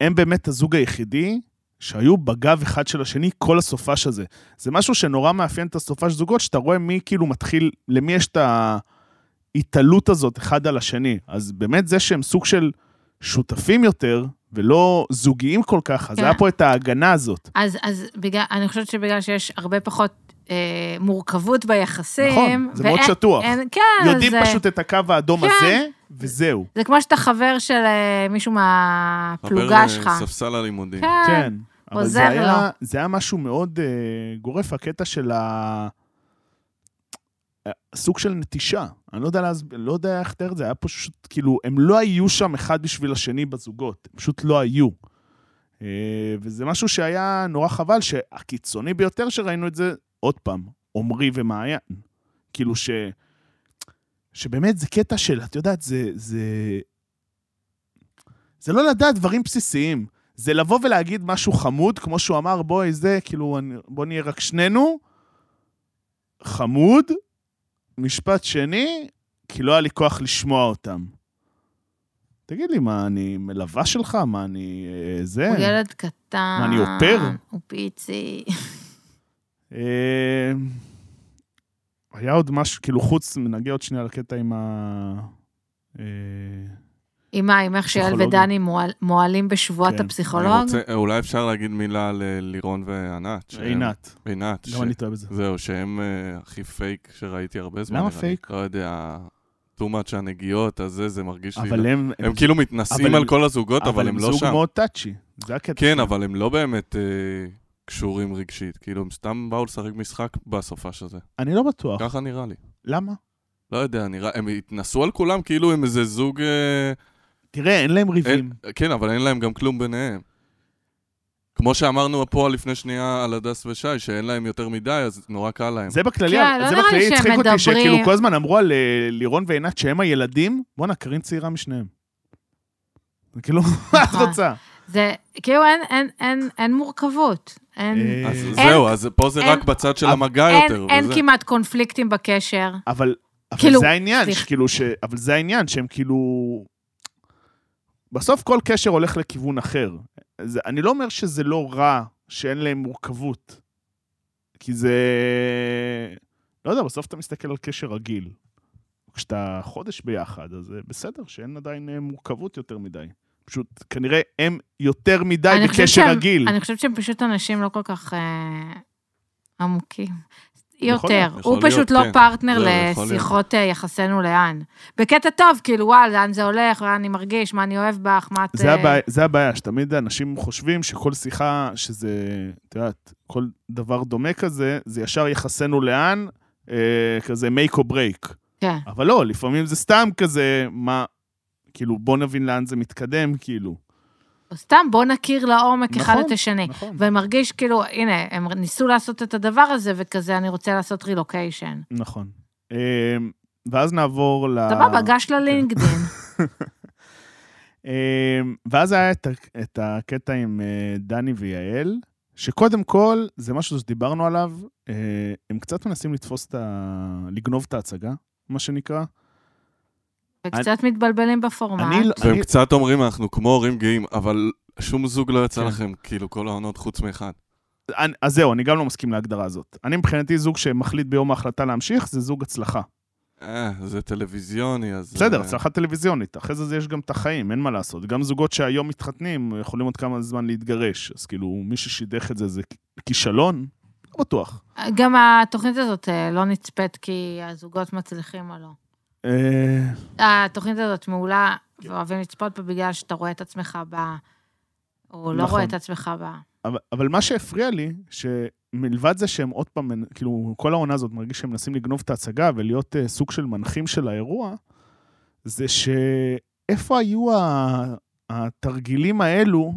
Speaker 1: הם באמת הזוג היחידי שהיו בגב אחד של השני כל הסופש הזה. זה משהו שנורא מאפיין את הסופש זוגות, שאתה רואה מי כאילו מתחיל, למי יש את ההתעלות הזאת אחד על השני. אז באמת זה שהם סוג של שותפים יותר, ולא זוגיים כל כך, אז
Speaker 2: כן.
Speaker 1: היה פה את ההגנה הזאת.
Speaker 2: אז, אז בגלל, אני חושבת שבגלל שיש הרבה פחות אה, מורכבות ביחסים...
Speaker 1: נכון, זה מאוד
Speaker 2: ואין-
Speaker 1: שטוח.
Speaker 2: אין- כן,
Speaker 1: יודעים
Speaker 2: זה...
Speaker 1: פשוט את הקו האדום
Speaker 2: כן.
Speaker 1: הזה, וזהו.
Speaker 2: זה כמו שאתה חבר של אה, מישהו מהפלוגה
Speaker 1: אה,
Speaker 3: חבר
Speaker 2: שלך.
Speaker 3: לספסל הלימודים.
Speaker 2: כן.
Speaker 1: כן. אבל
Speaker 2: עוזר
Speaker 1: זה היה, זה היה משהו מאוד uh, גורף, הקטע של ה... סוג של נטישה. אני לא יודע, להסב... לא יודע איך לתאר את זה, היה פשוט, כאילו, הם לא היו שם אחד בשביל השני בזוגות, הם פשוט לא היו. אה, וזה משהו שהיה נורא חבל, שהקיצוני ביותר שראינו את זה, עוד פעם, עמרי ומעיין. כאילו ש... שבאמת זה קטע של, את יודעת, זה... זה, זה לא לדעת דברים בסיסיים. זה לבוא ולהגיד משהו חמוד, כמו שהוא אמר, בואי, זה, כאילו, אני- בוא נהיה רק שנינו. חמוד, משפט שני, כי לא היה לי כוח לשמוע אותם. תגיד לי, מה, אני מלווה שלך? מה, אני... אה, זה?
Speaker 2: הוא ילד קטן.
Speaker 1: מה, אני אופר?
Speaker 2: הוא פיצי.
Speaker 1: אה, היה עוד משהו, כאילו, חוץ, נגיע עוד שנייה לקטע עם ה... אה,
Speaker 2: עם מה, עם איך שאל
Speaker 1: פסיכולוגים.
Speaker 2: ודני מועל, מועלים בשבועת
Speaker 1: כן.
Speaker 3: אני
Speaker 2: הפסיכולוג?
Speaker 3: רוצה- אולי אפשר להגיד מילה ללירון וענת. שהם-
Speaker 1: עינת.
Speaker 3: עינת. ש-
Speaker 1: גם לא, אני טועה בזה.
Speaker 3: זהו, שהם אה, הכי פייק שראיתי הרבה זמן.
Speaker 1: למה
Speaker 3: נראה לי.
Speaker 1: פייק?
Speaker 3: לא יודע, too much הנגיעות, הזה, זה מרגיש לי...
Speaker 1: אבל הם...
Speaker 3: הם כאילו מתנסים
Speaker 1: אבל
Speaker 3: על
Speaker 1: הם-
Speaker 3: כל הזוגות, אבל הם לא
Speaker 1: זוג
Speaker 3: שם.
Speaker 1: מאוד טאצ'י. זה הקטע.
Speaker 3: כן,
Speaker 1: שלהם.
Speaker 3: אבל הם לא באמת אה, קשורים רגשית. כאילו, הם סתם באו לשחק משחק בסופש הזה.
Speaker 1: אני לא בטוח.
Speaker 3: ככה נראה לי.
Speaker 1: למה?
Speaker 3: לא יודע, נראה... הם התנסו על כולם כאילו הם איזה זוג... אה,
Speaker 1: תראה, אין להם ריבים.
Speaker 3: אין, כן, אבל אין להם גם כלום ביניהם. כמו שאמרנו פה לפני שנייה על הדס ושי, שאין להם יותר מדי, אז נורא קל להם.
Speaker 1: זה בכללי,
Speaker 2: כן, לא
Speaker 1: זה
Speaker 2: נראה לי
Speaker 1: בכללי
Speaker 2: שהם
Speaker 1: הצחיק אותי,
Speaker 2: מדברים.
Speaker 1: שכאילו כל הזמן אמרו על אה, לירון ועינת שהם הילדים, בואנה, קרין צעירה משניהם. זה כאילו, מה את
Speaker 2: נכון.
Speaker 1: רוצה?
Speaker 2: זה, כאילו אין, אין, אין, אין מורכבות. אין,
Speaker 1: אה,
Speaker 3: אז
Speaker 1: אין-
Speaker 3: זהו, אז פה זה
Speaker 2: אין-
Speaker 3: רק בצד של
Speaker 1: אה,
Speaker 3: המגע
Speaker 2: אין,
Speaker 3: יותר.
Speaker 2: אין
Speaker 3: וזה.
Speaker 2: כמעט קונפליקטים בקשר.
Speaker 1: אבל, אבל
Speaker 2: כאילו,
Speaker 1: זה העניין,
Speaker 2: סליחה.
Speaker 1: שכאילו, ש... אבל זה העניין, שהם כאילו... בסוף כל קשר הולך לכיוון אחר. זה, אני לא אומר שזה לא רע שאין להם מורכבות, כי זה... לא יודע, בסוף אתה מסתכל על קשר רגיל. כשאתה חודש ביחד, אז זה בסדר שאין עדיין אה, מורכבות יותר מדי. פשוט, כנראה הם יותר מדי
Speaker 2: אני חושבת
Speaker 1: בקשר
Speaker 2: שהם-
Speaker 3: אה.
Speaker 1: רגיל.
Speaker 2: אני חושבת שהם פשוט אנשים לא כל כך אה, עמוקים.
Speaker 1: יכול
Speaker 2: יותר.
Speaker 1: להיות,
Speaker 2: הוא
Speaker 3: יכול
Speaker 2: פשוט
Speaker 3: להיות,
Speaker 2: לא
Speaker 3: כן.
Speaker 2: פרטנר
Speaker 3: זה יכול
Speaker 2: לשיחות אה, יחסינו לאן. בקטע טוב, כאילו, וואי, לאן זה הולך, לאן אני מרגיש, מה אני אוהב בך, מה את...
Speaker 1: זה
Speaker 2: אה,
Speaker 1: הבעיה, זה הבעיה, שתמיד אנשים חושבים שכל שיחה, שזה, את יודעת, כל דבר דומה כזה, זה ישר יחסנו לאן, אה, כזה make or break.
Speaker 2: כן.
Speaker 1: אבל לא, לפעמים זה סתם כזה, מה, כאילו, בוא נבין לאן זה מתקדם, כאילו.
Speaker 2: או סתם, בוא נכיר לעומק אחד
Speaker 1: נכון,
Speaker 2: את השני.
Speaker 1: נכון.
Speaker 2: ומרגיש כאילו, הנה, הם ניסו לעשות את הדבר הזה, וכזה, אני רוצה לעשות רילוקיישן.
Speaker 1: נכון. אה, ואז נעבור ל...
Speaker 2: סבבה, גש
Speaker 1: אוקיי.
Speaker 2: ללינקדין.
Speaker 1: אמ, ואז היה את, ה- את הקטע עם אה, דני ויעל, שקודם כל, זה משהו שדיברנו עליו, אה, הם קצת מנסים לתפוס את ה... לגנוב את ההצגה, מה שנקרא.
Speaker 2: וקצת מתבלבלים בפורמט.
Speaker 1: אני, לא- אני,
Speaker 3: והם קצת אומרים, אנחנו כמו הורים גאים, אבל שום זוג לא יצא
Speaker 1: כן.
Speaker 3: לכם, כאילו, כל העונות חוץ מאחד.
Speaker 1: אני, אז זהו, אני גם לא מסכים להגדרה הזאת. אני מבחינתי זוג שמחליט ביום ההחלטה להמשיך, זה זוג הצלחה.
Speaker 3: אה, זה טלוויזיוני, אז...
Speaker 1: בסדר,
Speaker 3: אה,
Speaker 1: הצלחה טלוויזיונית. אחרי זה זה יש גם את החיים, אין מה לעשות. גם זוגות שהיום מתחתנים, יכולים עוד כמה זמן להתגרש. אז כאילו, מי ששידך את זה זה כישלון? לא בטוח.
Speaker 2: גם התוכנית הזאת אה, לא נצפית כי הזוגות מצליחים או לא.
Speaker 1: אה,
Speaker 2: התוכנית הזאת מעולה, ואוהבים לצפות בו בגלל שאתה רואה את עצמך ב... או לא
Speaker 1: נכון.
Speaker 2: רואה את עצמך ב...
Speaker 1: אבל, אבל מה שהפריע לי, שמלבד זה שהם עוד פעם, מנ- כאילו, כל העונה הזאת מרגיש שהם מנסים לגנוב את ההצגה ולהיות uh, סוג של מנחים של האירוע, זה שאיפה היו ה... התרגילים האלו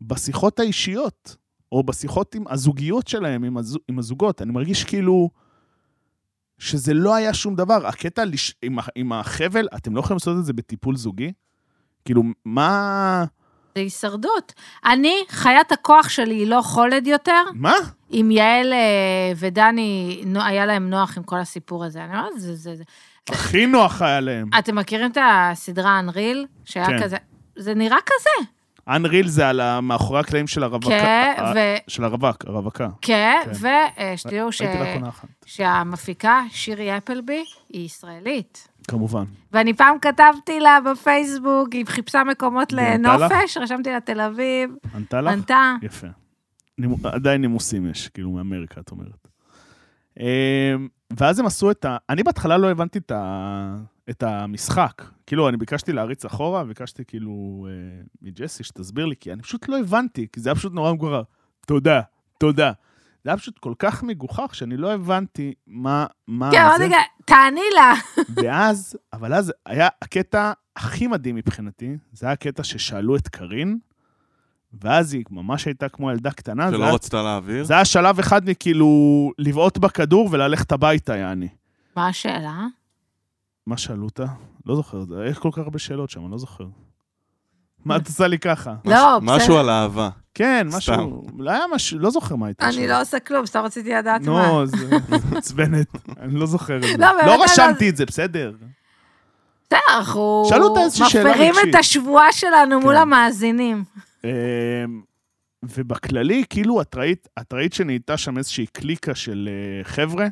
Speaker 1: בשיחות האישיות, או בשיחות עם הזוגיות שלהם, עם, הזו... עם הזוגות. אני מרגיש כאילו שזה לא היה שום דבר. הקטע לש... עם, ה... עם החבל, אתם לא יכולים לעשות את זה בטיפול זוגי? כאילו, מה...
Speaker 2: זה הישרדות. אני, חיית הכוח שלי היא לא חולד יותר.
Speaker 1: מה?
Speaker 2: אם יעל אה, ודני, נו- היה להם נוח עם כל הסיפור הזה. אני אומרת, זה, זה, זה.
Speaker 1: הכי נוח היה להם.
Speaker 2: אתם מכירים את הסדרה אנריל? שהיה
Speaker 1: כן.
Speaker 2: כזה... זה נראה כזה,
Speaker 1: אנריל זה על ה- מאחורי הקלעים של הרווקה.
Speaker 2: כן,
Speaker 1: ה-
Speaker 2: ו-
Speaker 1: של הרווק, הרווקה.
Speaker 2: כן,
Speaker 1: אה, כן.
Speaker 2: ושתדעו ש...
Speaker 1: הייתי רק עונה אחת,
Speaker 2: שהמפיקה, שירי אפלבי, היא ישראלית.
Speaker 1: כמובן.
Speaker 2: ואני פעם כתבתי לה בפייסבוק, היא חיפשה מקומות
Speaker 1: והיא ענתה לך?
Speaker 2: לנופש, רשמתי לה תל אביב,
Speaker 1: ענתה לך?
Speaker 2: ענתה.
Speaker 1: יפה. נימו- עדיין נימוסים יש, כאילו, מאמריקה, את אומרת. אמ, ואז הם עשו את ה... אני בהתחלה לא הבנתי את, ה... את המשחק. כאילו, אני ביקשתי להריץ אחורה, ביקשתי כאילו אה, מג'סי שתסביר לי, כי אני פשוט לא הבנתי, כי זה היה פשוט נורא מגורר. תודה, תודה. זה היה פשוט כל כך מגוחך, שאני לא הבנתי מה... מה
Speaker 2: כן,
Speaker 1: אה, זה.
Speaker 2: אמרתי לה, תעני לה.
Speaker 1: ואז, אבל אז היה הקטע הכי מדהים מבחינתי, זה היה הקטע ששאלו את קארין, ואז היא ממש הייתה כמו ילדה קטנה, אה, זה
Speaker 3: שלא
Speaker 1: היה-
Speaker 3: רצתה להעביר.
Speaker 1: זה היה שלב אחד מכאילו לבעוט בכדור וללכת הביתה, יעני.
Speaker 2: מה השאלה?
Speaker 1: מה שאלו אותה? לא זוכר, זה- יש כל כך הרבה שאלות שם, אני לא זוכר. מה את עושה לי ככה?
Speaker 3: מש-
Speaker 2: לא, בסדר.
Speaker 3: משהו על אהבה.
Speaker 1: כן,
Speaker 3: סתם.
Speaker 1: משהו, לא היה משהו, לא זוכר מה הייתה
Speaker 2: אני לא עושה כלום, סתם רציתי לדעת מה.
Speaker 1: נו, זה זה מעצבנת, אני לא זוכר את זה.
Speaker 2: לא, באמת,
Speaker 1: לא
Speaker 2: אני
Speaker 1: רשמתי את זה, בסדר.
Speaker 2: בסדר, אנחנו
Speaker 1: שאלו אותה איזושהי שאלה
Speaker 2: מפרים
Speaker 1: רגשית.
Speaker 2: את השבועה שלנו מול
Speaker 1: כן.
Speaker 2: המאזינים.
Speaker 1: אמ, ובכללי, כאילו, את ראית, את ראית שנהייתה שם איזושהי קליקה של אה, חבר'ה,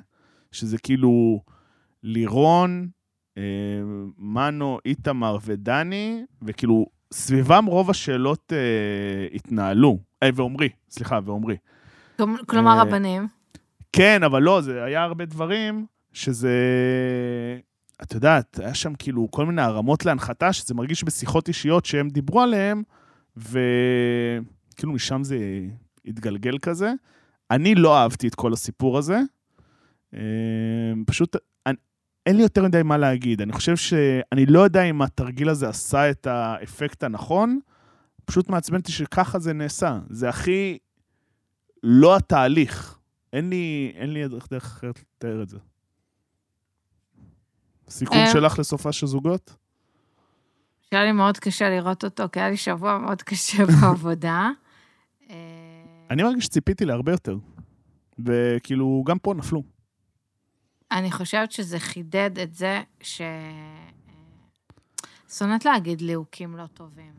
Speaker 1: שזה כאילו לירון, אה, מנו, איתמר ודני, וכאילו, סביבם רוב השאלות אה, התנהלו. אה, ועומרי, סליחה, ועומרי.
Speaker 2: כלומ- כלומר,
Speaker 1: אה,
Speaker 2: רבנים.
Speaker 1: כן, אבל לא, זה היה הרבה דברים שזה... את יודעת, היה שם כאילו כל מיני הרמות להנחתה, שזה מרגיש בשיחות אישיות שהם דיברו עליהן, וכאילו משם זה התגלגל כזה. אני לא אהבתי את כל הסיפור הזה. אה, פשוט, אני, אין לי יותר מדי מה להגיד. אני חושב ש... אני לא יודע אם התרגיל הזה עשה את האפקט הנכון, פשוט מעצבן אותי שככה זה נעשה. זה הכי לא התהליך. אין לי, אין לי דרך, דרך אחרת לתאר את זה. סיכום
Speaker 2: אה.
Speaker 1: שלך לסופה של זוגות?
Speaker 2: שהיה לי מאוד קשה לראות אותו, כי היה לי שבוע מאוד קשה בעבודה. אה,
Speaker 1: אני מרגיש שציפיתי להרבה יותר. וכאילו, גם פה נפלו.
Speaker 2: אני חושבת שזה חידד את זה ש... שונאת להגיד ליהוקים לא טובים.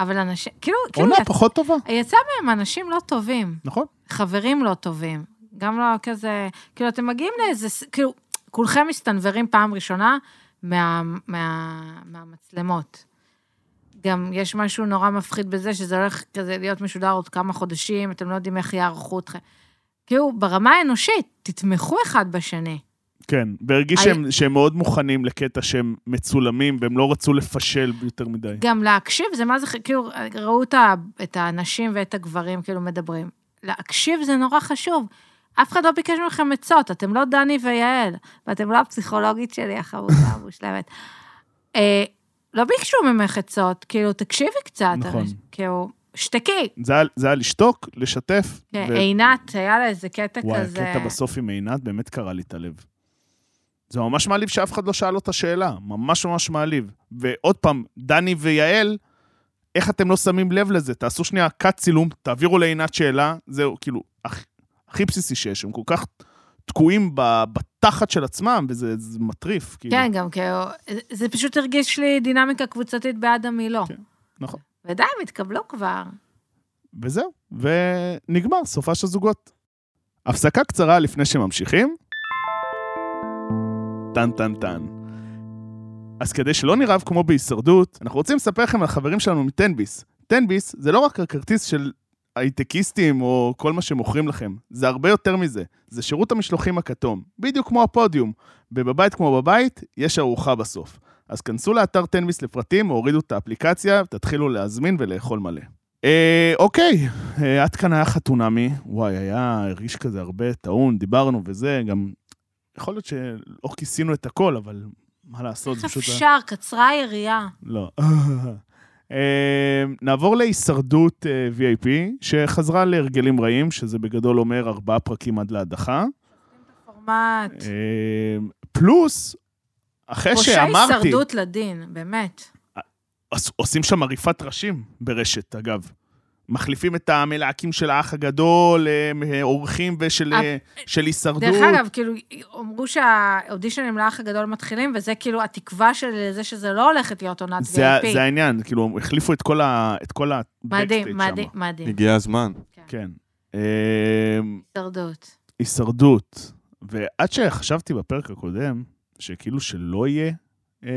Speaker 2: אבל אנשים, כאילו, כאילו,
Speaker 1: עונה
Speaker 2: יצ-
Speaker 1: פחות טובה,
Speaker 2: יצא מהם אנשים לא טובים,
Speaker 1: נכון?
Speaker 2: חברים לא טובים. גם לא כזה, כאילו, אתם מגיעים לאיזה, ס- כאילו, כולכם מסתנוורים פעם ראשונה מה, מה, מהמצלמות. גם יש משהו נורא מפחיד בזה שזה הולך כזה להיות משודר עוד כמה חודשים, אתם לא יודעים איך יערכו אתכם. כאילו, ברמה האנושית, תתמכו אחד בשני.
Speaker 1: כן, והרגיש
Speaker 2: אני-
Speaker 1: שהם, שהם מאוד מוכנים לקטע שהם מצולמים, והם לא רצו לפשל יותר מדי.
Speaker 2: גם להקשיב, זה מה זה, ח- כאילו, ראו את ה- את הנשים ואת הגברים, כאילו, מדברים. להקשיב זה נורא חשוב. אף אחד לא ביקש מכם עצות, אתם לא דני ויעל, ואתם לא הפסיכולוגית שלי, החמודה המושלמת. אה, לא ביקשו ממך עצות, כאילו, תקשיבי קצת.
Speaker 1: נכון.
Speaker 2: אנש- כאילו, שתקי.
Speaker 1: זה היה, זה היה לשתוק, לשתף.
Speaker 2: כן,
Speaker 1: ו-
Speaker 2: עינת, היה לה איזה קטע
Speaker 1: וואי,
Speaker 2: כזה.
Speaker 1: הקטע בסוף עם עינת באמת קרע לי את הלב. זה ממש מעליב שאף אחד לא שאל אותה שאלה, ממש ממש מעליב. ועוד פעם, דני ויעל, איך אתם לא שמים לב לזה? תעשו שנייה קאט צילום, תעבירו לעינת שאלה, זהו, כאילו, הכ- הכי בסיסי שיש, הם כל כך תקועים ב- בתחת של עצמם, וזה זה מטריף, כאילו.
Speaker 2: כן, גם כאילו, זה- זה פשוט הרגיש לי דינמיקה קבוצתית בעד המילו.
Speaker 1: כן, נכון.
Speaker 2: ודי, הם התקבלו כבר.
Speaker 1: וזהו, ונגמר, סופה של זוגות. הפסקה קצרה לפני שממשיכים. טן טן טן. אז כדי שלא נרעב כמו בהישרדות, אנחנו רוצים לספר לכם על החברים שלנו מטנביס. טנביס זה לא רק הכרטיס של הייטקיסטים או כל מה שמוכרים לכם, זה הרבה יותר מזה. זה שירות המשלוחים הכתום, בדיוק כמו הפודיום. ובבית כמו בבית, יש ארוחה בסוף. אז כנסו לאתר 10ביס לפרטים, הורידו את האפליקציה, ותתחילו להזמין ולאכול מלא. אה, אוקיי, אה, עד כאן היה חתונמי. וואי, היה, הרגיש כזה הרבה טעון, דיברנו וזה, גם... יכול להיות שלא כיסינו את הכל, אבל מה לעשות, זה
Speaker 2: איך
Speaker 1: פשוט... היה-
Speaker 2: אפשר? קצרה היריעה.
Speaker 1: לא. אה, נעבור להישרדות אה, VIP, שחזרה להרגלים רעים, שזה בגדול אומר ארבעה פרקים עד להדחה.
Speaker 2: פורמט.
Speaker 1: אה, פלוס, אחרי
Speaker 2: פושעי
Speaker 1: שאמרתי,
Speaker 2: הישרדות לדין, באמת.
Speaker 1: עש- עושים שם עריפת ראשים ברשת, אגב. מחליפים את המלהקים של האח הגדול, אה, מ- אה, אורחים ושל אה, של הישרדות.
Speaker 2: דרך אגב, כאילו, אמרו שהאודישנים לאח הגדול מתחילים, וזה כאילו התקווה שלי לזה שזה לא הולכת להיות עונת
Speaker 1: זה, ה-
Speaker 2: VIP.
Speaker 1: זה העניין, כאילו, הם החליפו את כל ה... את כל ה... backstage
Speaker 2: מדהים,
Speaker 1: שם.
Speaker 2: מדהים, מדהים.
Speaker 3: הגיע הזמן.
Speaker 1: כן. אה,
Speaker 2: הישרדות.
Speaker 1: הישרדות. ועד שחשבתי בפרק הקודם, שכאילו שלא יהיה אה,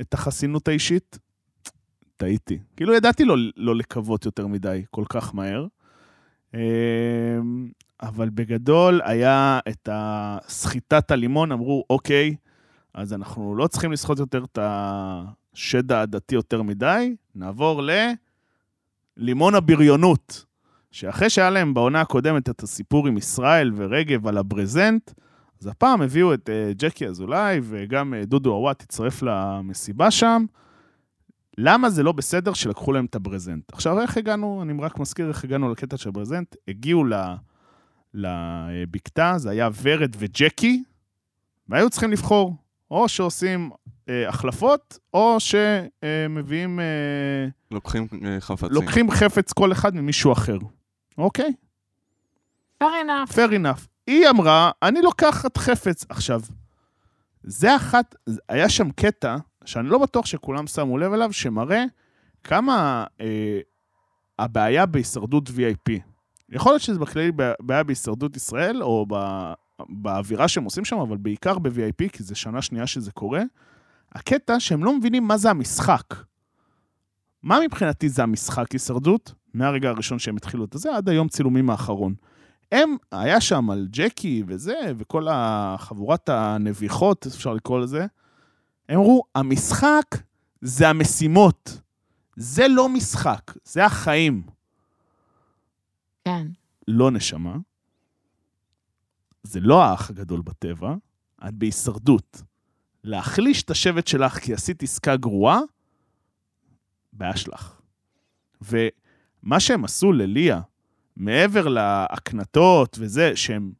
Speaker 1: את החסינות האישית, טעיתי. כאילו ידעתי לא, לא לקוות יותר מדי כל כך מהר. אה, אבל בגדול היה את הסחיטת הלימון, אמרו, אוקיי, אז אנחנו לא צריכים לסחוט יותר את השד העדתי יותר מדי, נעבור ללימון הבריונות. שאחרי שהיה להם בעונה הקודמת את הסיפור עם ישראל ורגב על הברזנט, אז הפעם הביאו את אה, ג'קי אזולאי וגם אה, דודו עוואט הצטרף למסיבה שם. למה זה לא בסדר שלקחו להם את הברזנט? עכשיו, איך הגענו, אני רק מזכיר איך הגענו לקטע של הברזנט, הגיעו ל- לבקתה, זה היה ורד וג'קי, והיו צריכים לבחור, או שעושים אה, החלפות, או שמביאים... אה,
Speaker 3: לוקחים אה, חפצים.
Speaker 1: לוקחים חפץ כל אחד ממישהו אחר. אוקיי?
Speaker 2: fair enough.
Speaker 1: fair enough. היא אמרה, אני לוקחת חפץ. עכשיו, זה אחת, היה שם קטע, שאני לא בטוח שכולם שמו לב אליו, שמראה כמה אה, הבעיה בהישרדות VIP. יכול להיות שזה בכללי בעיה בהישרדות ישראל, או ב, באווירה שהם עושים שם, אבל בעיקר ב-VIP, כי זו שנה שנייה שזה קורה. הקטע שהם לא מבינים מה זה המשחק. מה מבחינתי זה המשחק הישרדות? מהרגע הראשון שהם התחילו את זה, עד היום צילומים האחרון. הם, היה שם על ג'קי וזה, וכל החבורת הנביחות, אפשר לקרוא לזה, הם אמרו, המשחק זה המשימות. זה לא משחק, זה החיים.
Speaker 2: כן.
Speaker 1: לא נשמה, זה לא האח הגדול בטבע, את בהישרדות. להחליש את השבט שלך כי עשית עסקה גרועה, בעיה שלך. ומה שהם עשו לליה, מעבר להקנטות וזה, שהם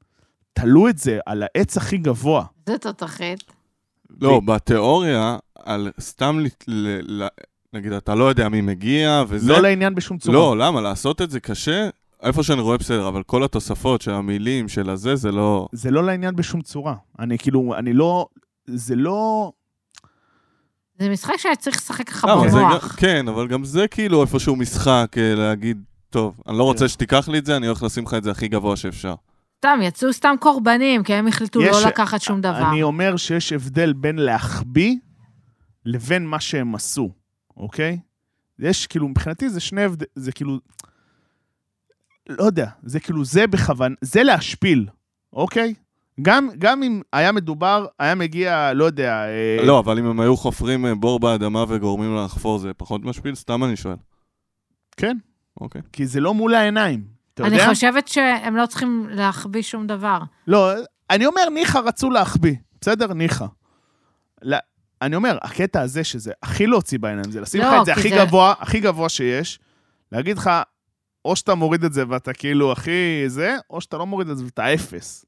Speaker 1: תלו את זה על העץ הכי גבוה.
Speaker 2: זה תותחית.
Speaker 3: לא, בתיאוריה, על סתם, לת- ל- ל- נגיד, אתה לא יודע מי מגיע, וזה...
Speaker 1: לא לעניין בשום צורה.
Speaker 3: לא, למה? לעשות את זה קשה? איפה שאני רואה בסדר, אבל כל התוספות של המילים, של הזה, זה לא...
Speaker 1: זה לא לעניין בשום צורה. אני כאילו, אני לא... זה לא...
Speaker 2: זה משחק שצריך לשחק לך
Speaker 3: למה? זה גם-
Speaker 2: במוח.
Speaker 3: כן, אבל גם זה כאילו איפשהו משחק, אה, להגיד, טוב, אני לא
Speaker 1: כן.
Speaker 3: רוצה שתיקח לי את זה, אני הולך לשים לך את זה הכי גבוה שאפשר.
Speaker 2: סתם, יצאו סתם קורבנים, כי הם החליטו
Speaker 1: יש-
Speaker 2: לא לקחת שום דבר.
Speaker 1: אני אומר שיש הבדל בין להחביא לבין מה שהם עשו, אוקיי? יש, כאילו, מבחינתי זה שני הבדל... זה כאילו... לא יודע, זה כאילו, זה בכוון... זה להשפיל, אוקיי? גם, גם אם היה מדובר, היה מגיע, לא יודע... אה,
Speaker 3: לא, אבל אם הם היו חופרים אה, בור באדמה וגורמים לה לחפור, זה פחות משפיל? סתם אני שואל.
Speaker 1: כן,
Speaker 3: אוקיי.
Speaker 1: כי זה לא מול העיניים. אתה
Speaker 2: אני
Speaker 1: יודע?
Speaker 2: חושבת שהם לא צריכים להחביא שום דבר.
Speaker 1: לא, אני אומר, ניחא רצו להחביא, בסדר? ניחא. לא, אני אומר, הקטע הזה שזה הכי להוציא בעיניים, זה לשים
Speaker 2: לא,
Speaker 1: לך את זה
Speaker 2: כי
Speaker 1: הכי
Speaker 2: זה-
Speaker 1: גבוה, הכי גבוה שיש, להגיד לך, או שאתה מוריד את זה ואתה כאילו הכי זה, או שאתה לא מוריד את זה ואתה אפס.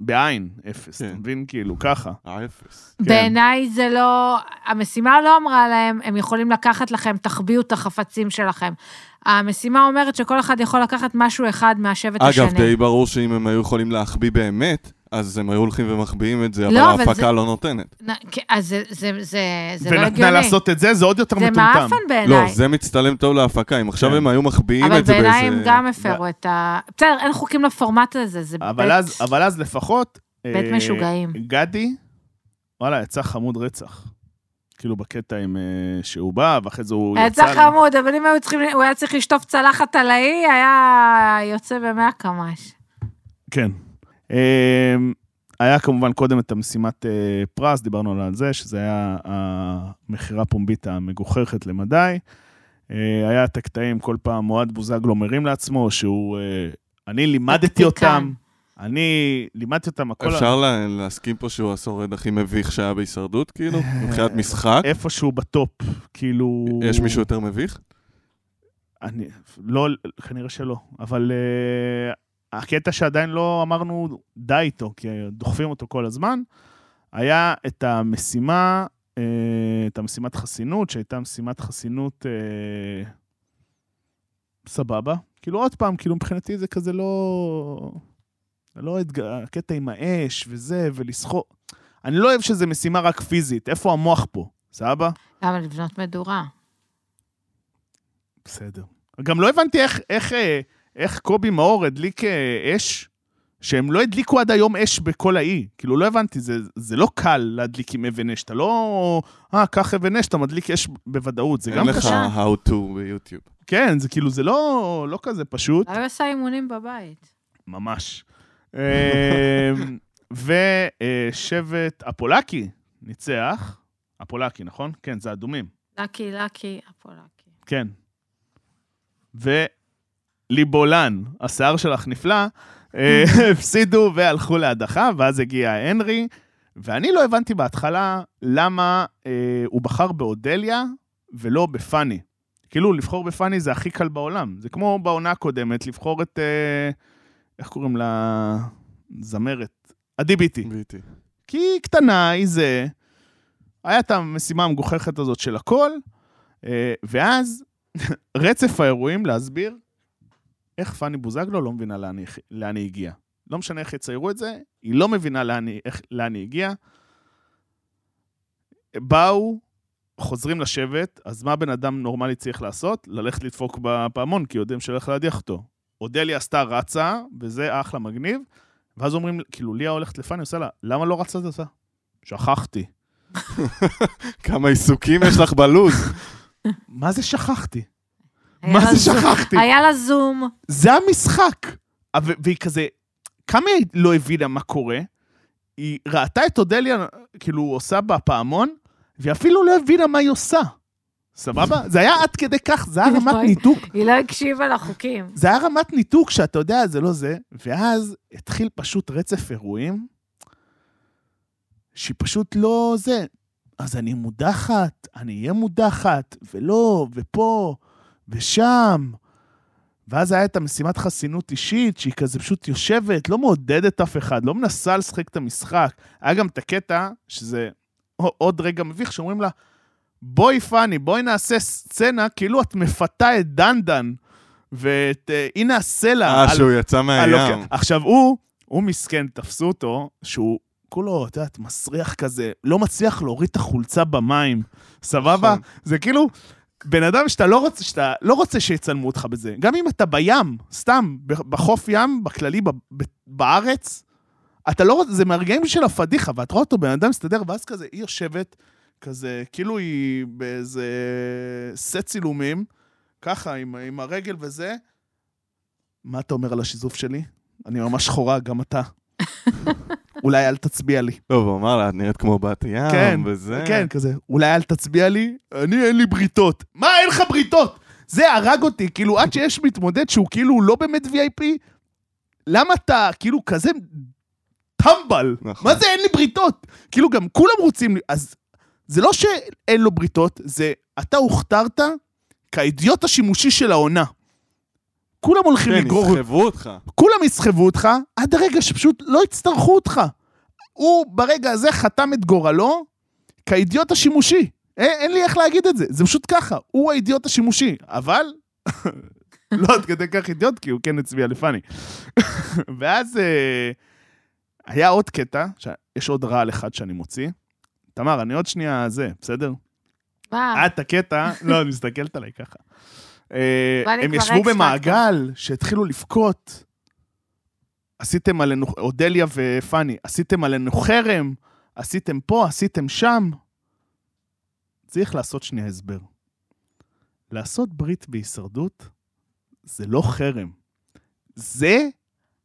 Speaker 1: בעין, אפס,
Speaker 3: כן.
Speaker 1: אתה מבין? כאילו, ככה.
Speaker 3: אה, אפס.
Speaker 1: כן.
Speaker 2: בעיניי זה לא... המשימה לא אמרה להם, הם יכולים לקחת לכם, תחביאו את החפצים שלכם. המשימה אומרת שכל אחד יכול לקחת משהו אחד מהשבט השני.
Speaker 3: אגב, די ברור שאם הם היו יכולים להחביא באמת, אז הם היו הולכים ומחביאים את זה, אבל
Speaker 2: לא, אבל
Speaker 3: ההפקה
Speaker 2: זה-
Speaker 3: לא נותנת.
Speaker 2: נ- כן, אז זה, זה, זה, זה לא
Speaker 1: ונתנה
Speaker 2: הגיוני.
Speaker 1: לעשות את זה, זה עוד יותר
Speaker 2: זה
Speaker 1: מטומטם.
Speaker 2: מעפן בעיניי.
Speaker 3: לא, זה מצטלם טוב להפקה. אם עכשיו
Speaker 1: כן.
Speaker 3: הם היו מחביאים
Speaker 2: אבל
Speaker 3: את זה באיזה...
Speaker 2: בעיניי הם גם הפרו את ה... בסדר, אין חוקים לפורמט הזה, זה
Speaker 1: אבל
Speaker 2: בית-
Speaker 1: אז, אבל אז לפחות...
Speaker 2: בית
Speaker 1: אה,
Speaker 2: משוגעים.
Speaker 1: גדי, וואלה, יצא חמוד רצח. כאילו בקטע עם... אה, שהוא בא, ואחרי זה הוא יצא...
Speaker 2: יצא חמוד, אבל אם היו צריכים, הוא היה צריך לשטוף צלחת על האי, היה יוצא במאה קמ"ש.
Speaker 1: כן. אמ, היה כמובן קודם את המשימת אה, פרס, דיברנו על זה, שזה היה המכירה הפומבית המגוחכת למדי. אה, היה את הקטעים, כל פעם מועד בוזגלו מרים לעצמו, שהוא... אה, אני לימדתי
Speaker 2: טקטיקן.
Speaker 1: אותם, אני לימדתי אותם, הכל...
Speaker 3: אפשר לה- להסכים פה שהוא השורד הכי מביך שהיה בהישרדות, כאילו?
Speaker 1: אה.
Speaker 3: מבחינת משחק?
Speaker 1: איפשהו בטופ, כאילו...
Speaker 3: יש מישהו יותר מביך?
Speaker 1: אני, לא, כנראה שלא, אבל uh, הקטע שעדיין לא אמרנו די איתו, כי דוחפים אותו כל הזמן, היה את המשימה, uh, את המשימת חסינות, שהייתה משימת חסינות uh, סבבה. כאילו, עוד פעם, כאילו, מבחינתי זה כזה לא... לא התג... הקטע עם האש וזה, ולסחור... אני לא אוהב שזה משימה רק פיזית, איפה המוח פה, סבבה?
Speaker 2: למה לבנות מדורה?
Speaker 1: בסדר. גם לא הבנתי איך, איך, אה, איך קובי מאור הדליק אה, אש, שהם לא הדליקו עד היום אש בכל האי. כאילו, לא הבנתי, זה, זה לא קל להדליק עם אבן אש. אתה לא... אה, קח אבן אש, אתה מדליק אש בוודאות. זה גם
Speaker 3: אין לך
Speaker 1: קשה.
Speaker 2: קשה.
Speaker 3: how to ביוטיוב.
Speaker 1: כן, זה כאילו, זה לא, לא כזה פשוט.
Speaker 2: למה הוא עשה אימונים בבית?
Speaker 1: ממש. אמ, ושבט הפולקי אה, ניצח. הפולקי, נכון? כן, זה אדומים.
Speaker 2: לקי, לקי, הפולקי.
Speaker 1: כן. וליבולן, השיער שלך נפלא, אה, הפסידו והלכו להדחה, ואז הגיע הנרי, ואני לא הבנתי בהתחלה למה אה, הוא בחר באודליה ולא בפאני. כאילו, לבחור בפאני זה הכי קל בעולם. זה כמו בעונה הקודמת, לבחור את... אה, איך קוראים לה? זמרת. עדי ביטי.
Speaker 3: ביטי.
Speaker 1: כי היא קטנה, היא זה. היה את המשימה המגוחכת הזאת של הכל, אה, ואז רצף האירועים להסביר איך פאני בוזגלו לא מבינה לאן היא, לאן היא הגיעה. לא משנה איך יציירו את זה, היא לא מבינה לאן היא, איך, לאן היא הגיעה. באו, חוזרים לשבת, אז מה בן אדם נורמלי צריך לעשות? ללכת לדפוק בפעמון, כי יודעים שהולך להדיח אותו. אודליה עשתה רצה, וזה אחלה מגניב, ואז אומרים, כאילו, ליה הולכת לפאני, עושה לה, למה לא רצת אותה? שכחתי.
Speaker 3: כמה עיסוקים יש לך בלוז.
Speaker 1: מה זה שכחתי?
Speaker 2: היה
Speaker 1: מה
Speaker 2: לה
Speaker 1: זה
Speaker 2: זום-
Speaker 1: שכחתי?
Speaker 2: היה לה זום.
Speaker 1: זה המשחק. אבל- והיא כזה, כמה היא לא הבינה מה קורה? היא ראתה את אודליה, כאילו, עושה בפעמון, והיא אפילו לא הבינה מה היא עושה. סבבה? זה היה עד כדי כך, זה היה רמת
Speaker 2: אוי.
Speaker 1: ניתוק.
Speaker 2: היא לא הקשיבה לחוקים.
Speaker 1: זה היה רמת ניתוק שאתה יודע, זה לא זה. ואז התחיל פשוט רצף אירועים, שהיא פשוט לא זה. אז אני מודחת, אני אהיה מודחת, ולא, ופה, ושם. ואז היה את המשימת חסינות אישית, שהיא כזה פשוט יושבת, לא מעודדת אף אחד, לא מנסה לשחק את המשחק. היה גם את הקטע, שזה עוד רגע מביך, שאומרים לה, בואי פאני, בואי נעשה סצנה, כאילו את מפתה את דנדן, ואת אה, הנה הסלע.
Speaker 3: אה,
Speaker 1: על-
Speaker 3: שהוא יצא
Speaker 1: אה, לא, כן.
Speaker 3: מהים.
Speaker 1: עכשיו, הוא, הוא מסכן, תפסו אותו, שהוא כולו, את יודעת, מסריח כזה, לא מצליח להוריד את החולצה במים, סבבה?
Speaker 3: נכון.
Speaker 1: זה כאילו... בן אדם שאתה לא רוצה, שאתה לא רוצה שיצלמו אותך בזה. גם אם אתה בים, סתם, ב- בחוף ים, בכללי, ב- ב- בארץ, אתה לא רוצה, זה מהרגעים של הפדיחה, ואת רואה אותו, בן אדם מסתדר, ואז כזה, היא יושבת, כזה, כאילו היא באיזה סט צילומים, ככה, עם, עם הרגל וזה. מה אתה אומר על השיזוף שלי? אני ממש שחורה, גם אתה. אולי אל תצביע לי.
Speaker 3: לא, והוא אמר לה, את נראית כמו בת
Speaker 1: כן,
Speaker 3: ים, וזה.
Speaker 1: כן, כזה, אולי אל תצביע לי, אני אין לי בריתות. מה, אין לך בריתות? זה הרג אותי, כאילו, עד שיש מתמודד שהוא כאילו לא באמת VIP, למה אתה כאילו כזה טמבל?
Speaker 3: נכון.
Speaker 1: מה זה אין לי בריתות? כאילו, גם כולם רוצים, לי- אז זה לא שאין לו בריתות, זה אתה הוכתרת כאידיוט השימושי של העונה. כולם הולכים
Speaker 3: כן,
Speaker 1: לגרור
Speaker 3: יסחבו אותך.
Speaker 1: כולם יסחבו אותך עד הרגע שפשוט לא יצטרכו אותך. הוא ברגע הזה חתם את גורלו כאידיוט השימושי. אין, אין לי איך להגיד את זה, זה פשוט ככה, הוא האידיוט השימושי, אבל לא עד כדי כך אידיוט, כי הוא כן הצביע לפאני. ואז אה, היה עוד קטע, ש... יש עוד רעל אחד שאני מוציא. תמר, אני עוד שנייה זה, בסדר?
Speaker 2: מה?
Speaker 1: את הקטע, לא, אני מסתכלת עליי ככה. אה,
Speaker 2: בא לי
Speaker 1: הם
Speaker 2: כבר
Speaker 1: ישבו
Speaker 2: אקס-פקטור.
Speaker 1: במעגל שהתחילו לבכות. עשיתם עלינו, אודליה ופאני, עשיתם עלינו חרם, עשיתם פה, עשיתם שם. צריך לעשות שנייה הסבר. לעשות ברית בהישרדות זה לא חרם. זה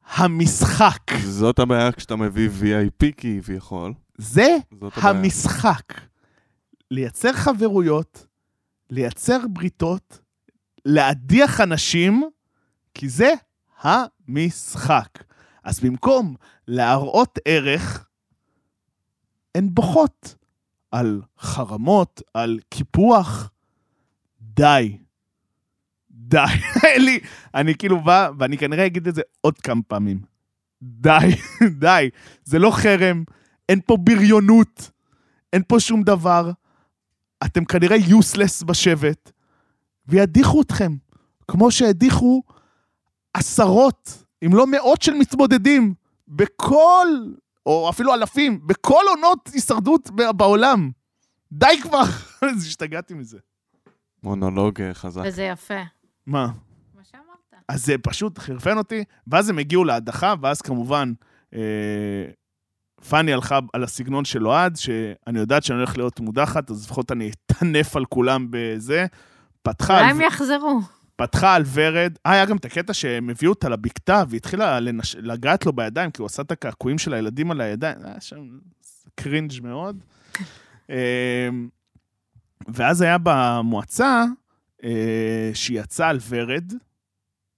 Speaker 1: המשחק.
Speaker 3: זאת הבעיה כשאתה מביא VIP כביכול.
Speaker 1: זה
Speaker 3: זאת הבעיה.
Speaker 1: המשחק. לייצר חברויות, לייצר בריתות, להדיח אנשים, כי זה המשחק. אז במקום להראות ערך, הן בוכות על חרמות, על קיפוח. די. די. אלי, אני כאילו בא, ואני כנראה אגיד את זה עוד כמה פעמים. די, די. זה לא חרם, אין פה בריונות, אין פה שום דבר. אתם כנראה יוסלס בשבט, וידיחו אתכם, כמו שהדיחו עשרות, אם לא מאות של מתמודדים, בכל, או אפילו אלפים, בכל עונות הישרדות ב- בעולם. די כבר, אז השתגעתי מזה.
Speaker 3: מונולוג אה, חזק.
Speaker 2: וזה יפה.
Speaker 1: מה?
Speaker 2: מה שאמרת.
Speaker 1: אז זה פשוט חרפן אותי, ואז הם הגיעו להדחה, ואז כמובן, אה, פאני הלכה על הסגנון של אוהד, שאני יודעת שאני הולך להיות מודחת, אז לפחות אני אטנף על כולם בזה. פתחה
Speaker 2: אולי
Speaker 1: על,
Speaker 2: הם יחזרו.
Speaker 1: פתחה על ורד, אה, היה גם את הקטע שהם הביאו אותה לבקתה, והתחילה לנש... לגעת לו בידיים, כי הוא עשה את הקעקועים של הילדים על הידיים, היה שם זה קרינג' מאוד. אה, ואז היה במועצה, אה, שהיא יצאה על ורד,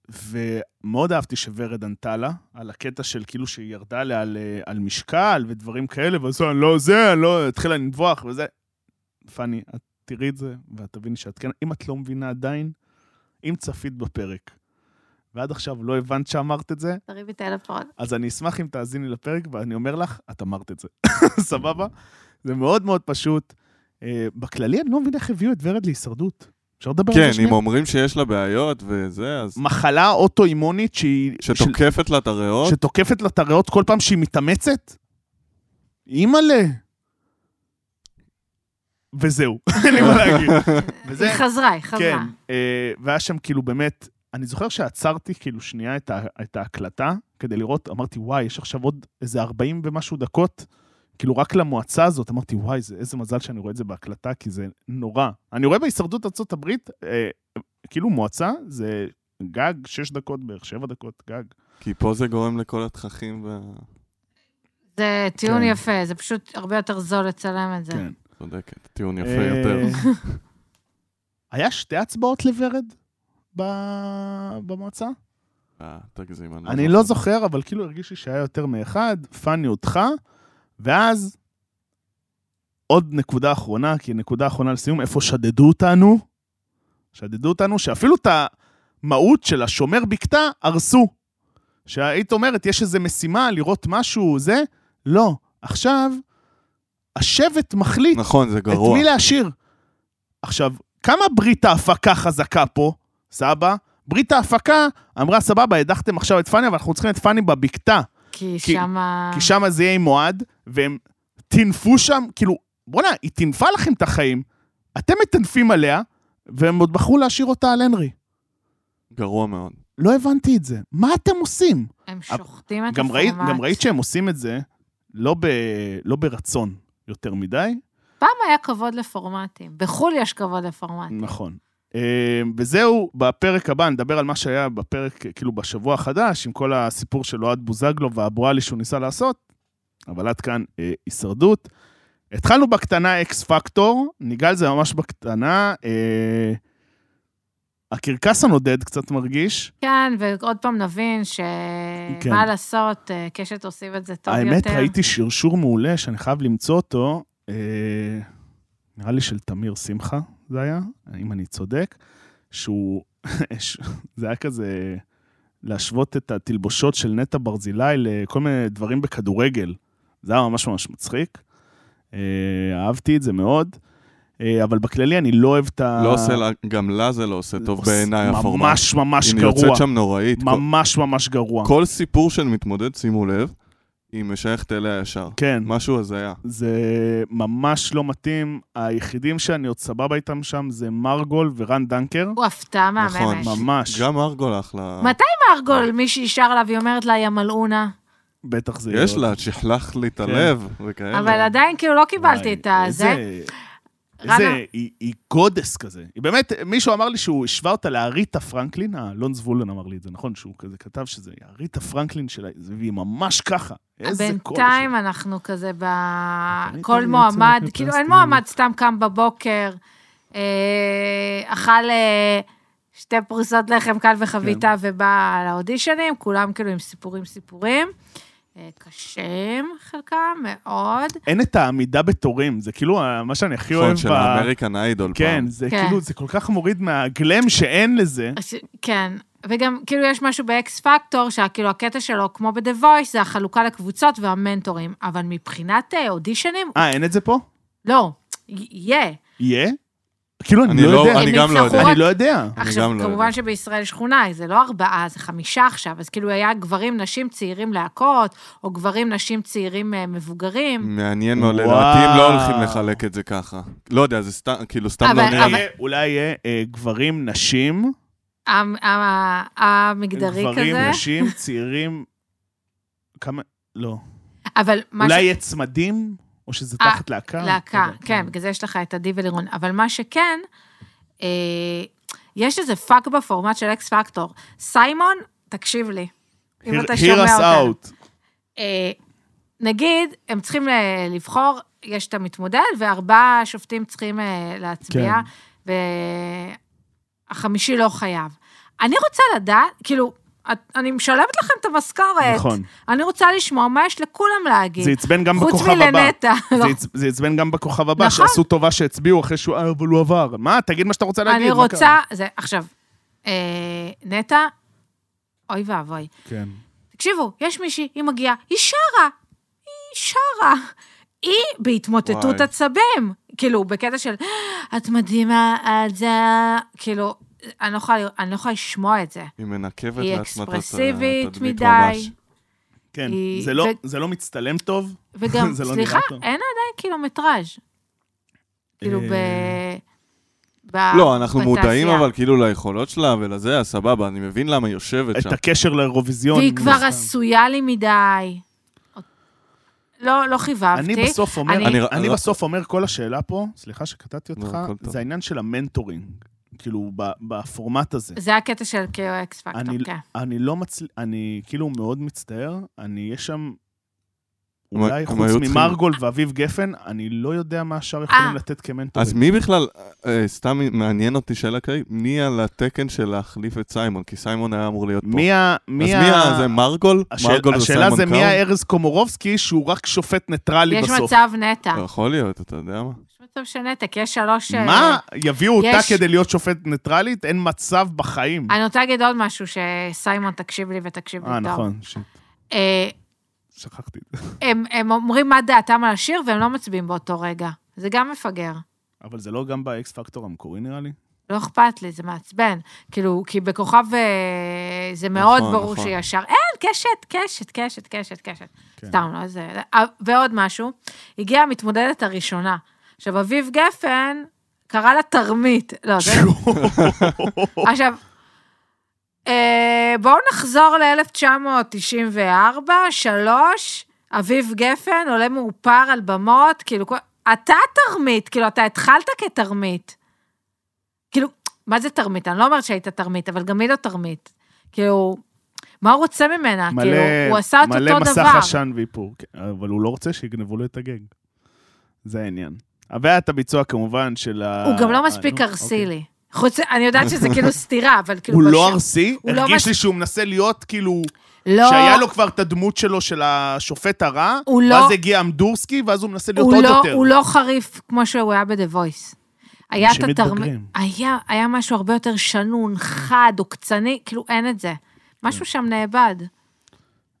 Speaker 1: ומאוד אהבתי שוורד ענתה לה, על הקטע של כאילו שהיא ירדה עליה על, אה, על משקל ודברים כאלה, ואז אני לא זה, אני לא, התחילה לנבוח וזה. פאני, את תראי את זה, ואת תביני שאת כן, אם את לא מבינה עדיין, אם צפית בפרק, ועד עכשיו לא הבנת שאמרת את זה,
Speaker 2: תריבי טלפון.
Speaker 1: אז אני אשמח אם תאזיני לפרק, ואני אומר לך, את אמרת את זה. סבבה? זה מאוד מאוד פשוט. אה, בכללי, אני לא מבין איך הביאו את ורד להישרדות. אפשר לדבר על
Speaker 3: כן,
Speaker 1: זה שנייה?
Speaker 3: אם אומרים שיש לה בעיות וזה, אז...
Speaker 1: מחלה אוטואימונית שהיא...
Speaker 3: שתוקפת לה את הריאות,
Speaker 1: שתוקפת לה את הריאות כל פעם שהיא מתאמצת? אימא'לה. וזהו, אין לי מה להגיד. וזה-
Speaker 2: היא חזרה, היא
Speaker 1: כן,
Speaker 2: חזרה.
Speaker 1: אה, והיה שם כאילו באמת, אני זוכר שעצרתי כאילו שנייה את, ה, את ההקלטה כדי לראות, אמרתי, וואי, יש עכשיו עוד איזה 40 ומשהו דקות, כאילו רק למועצה הזאת, אמרתי, וואי, זה, איזה מזל שאני רואה את זה בהקלטה, כי זה נורא. אני רואה בהישרדות ארצות הברית, אה, כאילו מועצה, זה גג, 6 דקות בערך, 7 דקות, גג.
Speaker 3: כי פה זה גורם לכל התככים ו...
Speaker 2: זה טיעון
Speaker 1: כן.
Speaker 2: יפה, זה פשוט הרבה יותר זול לצלם את זה.
Speaker 1: כן.
Speaker 3: צודקת, טיעון יפה
Speaker 1: אה,
Speaker 3: יותר.
Speaker 1: היה שתי הצבעות לוורד ב- במועצה?
Speaker 3: אה, תגזים,
Speaker 1: אני לא זוכר, אבל כאילו הרגיש לי שהיה יותר מאחד, פאני אותך, ואז עוד נקודה אחרונה, כי נקודה אחרונה לסיום, איפה שדדו אותנו? שדדו אותנו, שאפילו את המהות של השומר בקתה הרסו. שהיית אומרת, יש איזו משימה לראות משהו, זה, לא. עכשיו, השבט מחליט
Speaker 3: נכון, זה
Speaker 1: את
Speaker 3: גרוע.
Speaker 1: מי להשאיר? עכשיו, כמה ברית ההפקה חזקה פה, סבא? ברית ההפקה אמרה, סבבה, הדחתם עכשיו את פאני, אבל אנחנו צריכים את פאני בבקתה,
Speaker 2: כי
Speaker 1: כי-
Speaker 2: שמה...
Speaker 1: כי שם זה יהיה עם אוהד, והם טינפו שם, כאילו, בואנה, היא טינפה לכם את החיים, אתם מטנפים עליה, והם עוד בחרו להשאיר אותה על הנרי.
Speaker 3: גרוע מאוד.
Speaker 1: לא הבנתי את זה. מה אתם עושים?
Speaker 2: הם שוחטים את
Speaker 1: גם ראית,
Speaker 2: הפורמט.
Speaker 1: גם ראית שהם עושים את זה לא, ב, לא ברצון יותר מדי,
Speaker 2: פעם היה כבוד לפורמטים. בחו"ל יש כבוד לפורמטים.
Speaker 1: נכון. אה, וזהו, בפרק הבא נדבר על מה שהיה בפרק, כאילו בשבוע החדש, עם כל הסיפור של אוהד בוזגלו והאבואלי שהוא ניסה לעשות, אבל עד כאן אה, הישרדות. התחלנו בקטנה אקס פקטור, ניגע זה ממש בקטנה. אה, הקרקס הנודד קצת מרגיש.
Speaker 2: כן, ועוד פעם נבין ש...
Speaker 1: כן.
Speaker 2: מה לעשות, אה, קשת עושים את זה טוב יותר.
Speaker 1: האמת, ראיתי שרשור מעולה שאני חייב למצוא אותו, אה, נראה לי של תמיר שמחה זה היה, אם אני צודק, שהוא, ש- זה היה כזה להשוות את התלבושות של נטע ברזילי לכל מיני דברים בכדורגל. זה היה ממש ממש מצחיק. אה, אהבתי את זה מאוד, אה, אבל בכללי אני לא אוהב את ה...
Speaker 3: לא עושה לה, גם לה זה לא עושה טוב בעיניי הפורמט.
Speaker 1: ממש ממש
Speaker 3: היא יוצאת
Speaker 1: גרוע.
Speaker 3: שם נוראית. כל-
Speaker 1: ממש ממש גרוע.
Speaker 3: כל סיפור של מתמודד, שימו לב, היא משייכת אליה ישר.
Speaker 1: כן.
Speaker 3: משהו הזיה.
Speaker 1: זה ממש לא מתאים. היחידים שאני עוד סבבה איתם שם זה מרגול ורן דנקר.
Speaker 2: הוא הפתעה
Speaker 3: נכון,
Speaker 2: מהממת.
Speaker 1: ממש.
Speaker 3: גם ארגול אחלה.
Speaker 2: מתי מרגול, מישהי שר לה והיא אומרת לה, יא מלאונה?
Speaker 1: בטח זה... כן.
Speaker 3: יש לה, את שכלך לי את הלב, וכאלה.
Speaker 2: אבל עדיין כאילו לא קיבלתי את
Speaker 1: וואי,
Speaker 2: הזה.
Speaker 1: איזה-
Speaker 2: רנה.
Speaker 1: איזה, היא, היא גודס כזה. היא באמת, מישהו אמר לי שהוא השווה אותה לאריתה פרנקלין, אלון זבולון אמר לי את זה, נכון? שהוא כזה כתב שזה אריתה פרנקלין שלה, והיא ממש ככה. איזה קול.
Speaker 2: אה, בינתיים אנחנו כזה ב...
Speaker 1: תמיד
Speaker 2: כל
Speaker 1: אני
Speaker 2: מועמד,
Speaker 1: יוצא
Speaker 2: כאילו אין
Speaker 1: מפלסטיק.
Speaker 2: מועמד סתם קם בבוקר, אה, אכל אה, שתי פרוסות לחם קל וחביתה
Speaker 1: כן.
Speaker 2: ובא לאודישנים, כולם כאילו עם סיפורים סיפורים. אה, קשים חלקם מאוד.
Speaker 1: אין את העמידה בתורים, זה כאילו ה- מה שאני הכי אוהב.
Speaker 3: נכון, של
Speaker 1: ב-
Speaker 3: האמריקן איידול
Speaker 1: כן,
Speaker 3: פעם.
Speaker 1: זה
Speaker 2: כן.
Speaker 1: כאילו, זה כל כך מוריד מהגלם שאין לזה.
Speaker 2: אז- כן, וגם כאילו יש משהו באקס פקטור, שכאילו הקטע שלו, כמו ב-The Voice, זה החלוקה לקבוצות והמנטורים, אבל מבחינת אה, אודישנים,
Speaker 1: אה, אין את זה פה?
Speaker 2: לא, יהיה.
Speaker 1: יהיה? כאילו, אני
Speaker 3: אני
Speaker 1: לא
Speaker 3: לא-
Speaker 1: יודע.
Speaker 3: אני גם
Speaker 2: נצטרכו
Speaker 3: לא יודע.
Speaker 2: רק-
Speaker 1: אני לא יודע.
Speaker 3: אני
Speaker 2: עכשיו,
Speaker 3: גם לא
Speaker 2: כמובן
Speaker 3: יודע.
Speaker 2: שבישראל יש שכונה, זה לא ארבעה, זה חמישה עכשיו, אז כאילו היה גברים, נשים, צעירים להקות, או גברים, נשים, צעירים, אה, מבוגרים.
Speaker 3: מעניין מאוד,
Speaker 1: וואו.
Speaker 3: לדעתי הם לא הולכים לחלק את זה ככה. לא יודע, זה סתם, כאילו סתם
Speaker 2: אבל-
Speaker 3: לא נראה לי.
Speaker 1: אולי- אולי יהיה אה, גברים, נשים,
Speaker 2: המ- המ- המגדרי
Speaker 1: גברים,
Speaker 2: כזה,
Speaker 1: נשים, צעירים, כמה, לא.
Speaker 2: אבל מה ש...
Speaker 1: אולי יהיה צמדים, או שזה
Speaker 2: אה,
Speaker 1: תחת להקה?
Speaker 2: להקה,
Speaker 1: לא יודע,
Speaker 2: כן, בגלל זה יש לך את עדי ולירון. אבל מה שכן, אה, יש איזה פאק בפורמט של אקס פקטור. סיימון, תקשיב לי, אם
Speaker 1: Hear-
Speaker 2: אתה
Speaker 1: hear
Speaker 2: שומע
Speaker 1: us
Speaker 2: אותנו.
Speaker 1: out.
Speaker 2: אה, נגיד, הם צריכים ל- לבחור, יש את המתמודד, וארבעה שופטים צריכים אה, להצביע,
Speaker 1: כן.
Speaker 2: והחמישי לא חייב. אני רוצה לדעת, כאילו, את- אני משלמת לכם את המשכורת.
Speaker 1: נכון.
Speaker 2: אני רוצה לשמוע מה יש לכולם להגיד.
Speaker 1: זה עצבן גם
Speaker 2: כן. חוץ
Speaker 1: בכוכב הבא.
Speaker 2: מלנטע. לא.
Speaker 1: זה עצ- זה עצבן גם בכוכב הבא,
Speaker 2: נכון.
Speaker 1: שעשו טובה שהצביעו אחרי שהוא, אה, אבל הוא עבר. מה, תגיד מה שאתה רוצה להגיד.
Speaker 2: אני
Speaker 1: מה קרה?
Speaker 2: רוצה, זה, עכשיו, אה, נטע, אוי ואבוי.
Speaker 1: כן.
Speaker 2: תקשיבו, יש מישהי, היא מגיעה, היא שרה, היא שרה. היא בהתמוטטות
Speaker 3: וואי.
Speaker 2: עצבים, כאילו, בקטע של, את מדהימה, את זה... כאילו, אני לא יכולה, אני לא יכולה לשמוע את זה.
Speaker 3: היא מנקבת
Speaker 2: היא
Speaker 3: לעצמה את
Speaker 2: אקספרסיבית
Speaker 3: התדמית
Speaker 2: מדי.
Speaker 3: ממש.
Speaker 1: כן,
Speaker 2: היא-
Speaker 1: זה לא-
Speaker 2: ו-
Speaker 1: זה לא מצטלם טוב.
Speaker 2: וגם,
Speaker 1: זה לא נראה
Speaker 2: סליחה,
Speaker 1: טוב.
Speaker 2: אין עדיין קילומטראז'. כאילו, ב... ב-
Speaker 3: לא, אנחנו מודעים
Speaker 2: בתעשייה.
Speaker 3: אבל כאילו ליכולות שלה ולזה, אז סבבה, אני מבין למה היא יושבת שם.
Speaker 1: את הקשר לאירוויזיון.
Speaker 2: והיא
Speaker 1: מן
Speaker 2: כבר
Speaker 1: הסתם.
Speaker 2: עשויה לי מדי. לא, לא חיבבתי.
Speaker 1: אני בסוף אומר,
Speaker 2: אני-
Speaker 1: אני,
Speaker 3: אני-
Speaker 1: אני בסוף אומר, כל השאלה פה, סליחה שקטעתי
Speaker 3: לא,
Speaker 1: אותך,
Speaker 3: הכל טוב.
Speaker 1: זה העניין של המנטורינג, כאילו, ב- בפורמט הזה.
Speaker 2: זה הקטע של כאילו אקס פקטור,
Speaker 1: אני,
Speaker 2: כן.
Speaker 1: אני לא מצליח, אני כאילו מאוד מצטער, אני, יש שם,
Speaker 3: הם-
Speaker 1: אולי
Speaker 3: הם
Speaker 1: חוץ
Speaker 3: היו צריכים-
Speaker 1: ממרגול ואביב גפן, אני לא יודע מה השאר יכולים
Speaker 2: אה.
Speaker 1: לתת כמנטורינג.
Speaker 3: אז מי בכלל, אה, סתם מעניין אותי שאלה כללית, מי על התקן של להחליף את סיימון? כי סיימון היה אמור להיות פה.
Speaker 1: מי ה...
Speaker 3: אז
Speaker 1: מי
Speaker 3: מי
Speaker 1: ה...
Speaker 3: ה... זה מרגול?
Speaker 1: השאל-
Speaker 3: מרגול
Speaker 1: השאלה
Speaker 3: וסיימון
Speaker 1: זה מי
Speaker 3: קאו?
Speaker 1: הארז קומורובסקי, שהוא רק שופט ניטרלי
Speaker 2: יש
Speaker 1: בסוף.
Speaker 2: מצב נטע.
Speaker 3: לא יכול להיות, אתה יודע מה?
Speaker 2: יש מצב של נטע, כי יש שלוש... אה,
Speaker 1: מה? יביאו אותה
Speaker 2: יש-
Speaker 1: כדי להיות שופט ניטרלית? אין מצב בחיים.
Speaker 2: אני רוצה להגיד עוד משהו שסיימון תקשיב לי ותקשיב לי טוב.
Speaker 1: אה, נכון, שיט,
Speaker 2: אה,
Speaker 1: שכחתי את זה.
Speaker 2: הם הם אומרים מה דעתם על השיר והם לא מצביעים באותו רגע. זה גם מפגר.
Speaker 1: אבל זה לא גם באקס פקטור המקורי, נראה לי.
Speaker 2: לא אכפת לי, זה מעצבן. כאילו, כי בכוכב אה, זה מאוד
Speaker 3: נכון,
Speaker 2: ברור
Speaker 3: נכון.
Speaker 2: שישר, אין, קשת, קשת, קשת, קשת, קשת.
Speaker 1: כן.
Speaker 2: סתם, לא זה. אה, ועוד משהו, הגיעה המתמודדת הראשונה. עכשיו, אביב גפן קרא לה תרמית. לא, זה... עכשיו, אה, בואו נחזור ל-1994, שלוש, אביב גפן עולה מאופר על במות, כאילו, כל- אתה תרמית, כאילו, אתה התחלת כתרמית. כאילו, מה זה תרמית? אני לא אומרת שהיית תרמית, אבל גם היא לא תרמית. כאילו, מה הוא רוצה ממנה? כאילו, הוא עשה את
Speaker 1: מלא
Speaker 2: אותו
Speaker 1: מסך
Speaker 2: דבר.
Speaker 1: עשן ואיפור, כן, אבל הוא לא רוצה שיגנבו לו את הגג. זה העניין. ואת הביצוע כמובן של ה...
Speaker 2: הוא גם לא מספיק
Speaker 1: נו,
Speaker 2: ארסי
Speaker 1: אוקיי.
Speaker 2: לי. חוץ, אני יודעת שזה כאילו סתירה, אבל כאילו...
Speaker 1: הוא
Speaker 2: בשם-
Speaker 1: לא ארסי?
Speaker 2: הוא לא
Speaker 1: הרגיש
Speaker 2: מס-
Speaker 1: לי שהוא מנסה להיות כאילו...
Speaker 2: לא,
Speaker 1: שהיה לו כבר את הדמות שלו של השופט הרע,
Speaker 2: הוא לא-
Speaker 1: ואז הגיע אמדורסקי, ואז הוא מנסה להיות
Speaker 2: הוא
Speaker 1: עוד
Speaker 2: לא,
Speaker 1: יותר.
Speaker 2: הוא לא חריף כמו שהוא היה ב-The Voice. היה את
Speaker 1: אנשים
Speaker 2: התרמית,
Speaker 1: מתבגרים.
Speaker 2: היה, היה משהו הרבה יותר שנון, חד, עוקצני, כאילו אין את זה. משהו שם נאבד.
Speaker 1: כאילו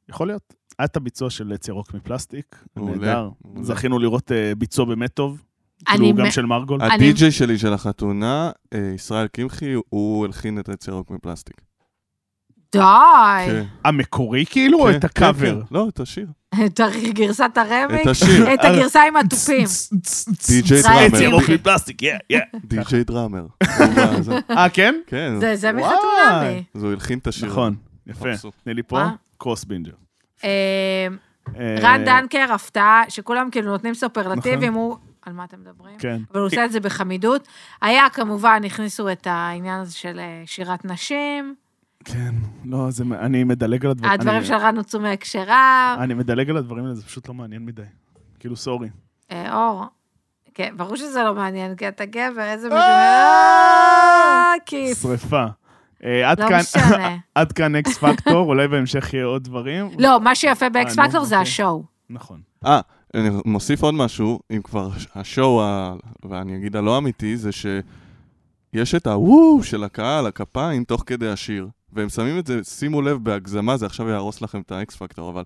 Speaker 1: יכול להיות. היה את הביצוע של עץ ירוק מפלסטיק,
Speaker 3: מעולה,
Speaker 1: נהדר.
Speaker 3: מעולה.
Speaker 1: זכינו לראות אה, ביצוע באמת טוב.
Speaker 2: אני
Speaker 1: כאילו, גם
Speaker 2: מ-
Speaker 1: של מרגול.
Speaker 2: אני-
Speaker 3: הדי-ג'יי שלי של החתונה, אה, ישראל קמחי, הוא הלחין את עץ ירוק מפלסטיק.
Speaker 2: די, אה,
Speaker 3: כן,
Speaker 1: המקורי כאילו, או
Speaker 3: כן,
Speaker 1: את
Speaker 3: כן,
Speaker 1: הקאבר?
Speaker 3: כן. לא, את השיר.
Speaker 2: את הר- גרסת הרמיק,
Speaker 3: את השיר.
Speaker 2: את הגרסה עם התופים.
Speaker 3: די.ג'יי
Speaker 2: ישראל
Speaker 1: עץ
Speaker 3: דראמר.
Speaker 1: ירוק מפלסטיק, יא, יא.
Speaker 3: די.ג'יי דראמר. הוא בא, זה-
Speaker 1: אה, כן?
Speaker 3: כן,
Speaker 2: זה, זה
Speaker 1: וואי.
Speaker 2: מחתונמי.
Speaker 3: אז הוא הלחין את השיר.
Speaker 1: נכון, יפה.
Speaker 3: מבסוט.
Speaker 1: תני לי פה,
Speaker 2: מה?
Speaker 1: קרוס בינג'ר. אה. נכון.
Speaker 2: אה, רן דנקר, הפתעה, שכולם כאילו נותנים סופרלטיבים, הוא על מה אתם מדברים.
Speaker 1: כן.
Speaker 2: אבל הוא עושה את זה בחמידות. היה, כמובן, הכניסו את העניין הזה של אה, שירת נשים,
Speaker 1: כן, לא, זה, אני מדלג על הדברים.
Speaker 2: הדברים
Speaker 1: אני-
Speaker 2: שלנו הוצאו מהקשרם,
Speaker 1: אני מדלג על הדברים האלה, זה פשוט לא מעניין מדי. כאילו, סורי.
Speaker 2: אה, אור. כן, ברור שזה לא מעניין, כי אתה גבר, איזה
Speaker 1: אה!
Speaker 2: מדינה. כיף.
Speaker 1: שריפה. אה, עד
Speaker 2: לא
Speaker 1: כאן-
Speaker 2: משנה.
Speaker 1: עד כאן אקס פקטור, אולי בהמשך יהיה עוד דברים.
Speaker 2: לא, מה שיפה באקס
Speaker 1: אה, נו,
Speaker 2: פקטור זה
Speaker 1: אוקיי.
Speaker 2: השואו.
Speaker 1: נכון.
Speaker 3: אה, אני מוסיף עוד משהו, אם כבר השואו, ה- ואני אגיד הלא אמיתי, זה שיש את הוואו של הקהל, הכפיים, תוך כדי השיר. והם שמים את זה, שימו לב, בהגזמה, זה עכשיו יהרוס לכם את האקס פקטור, אבל...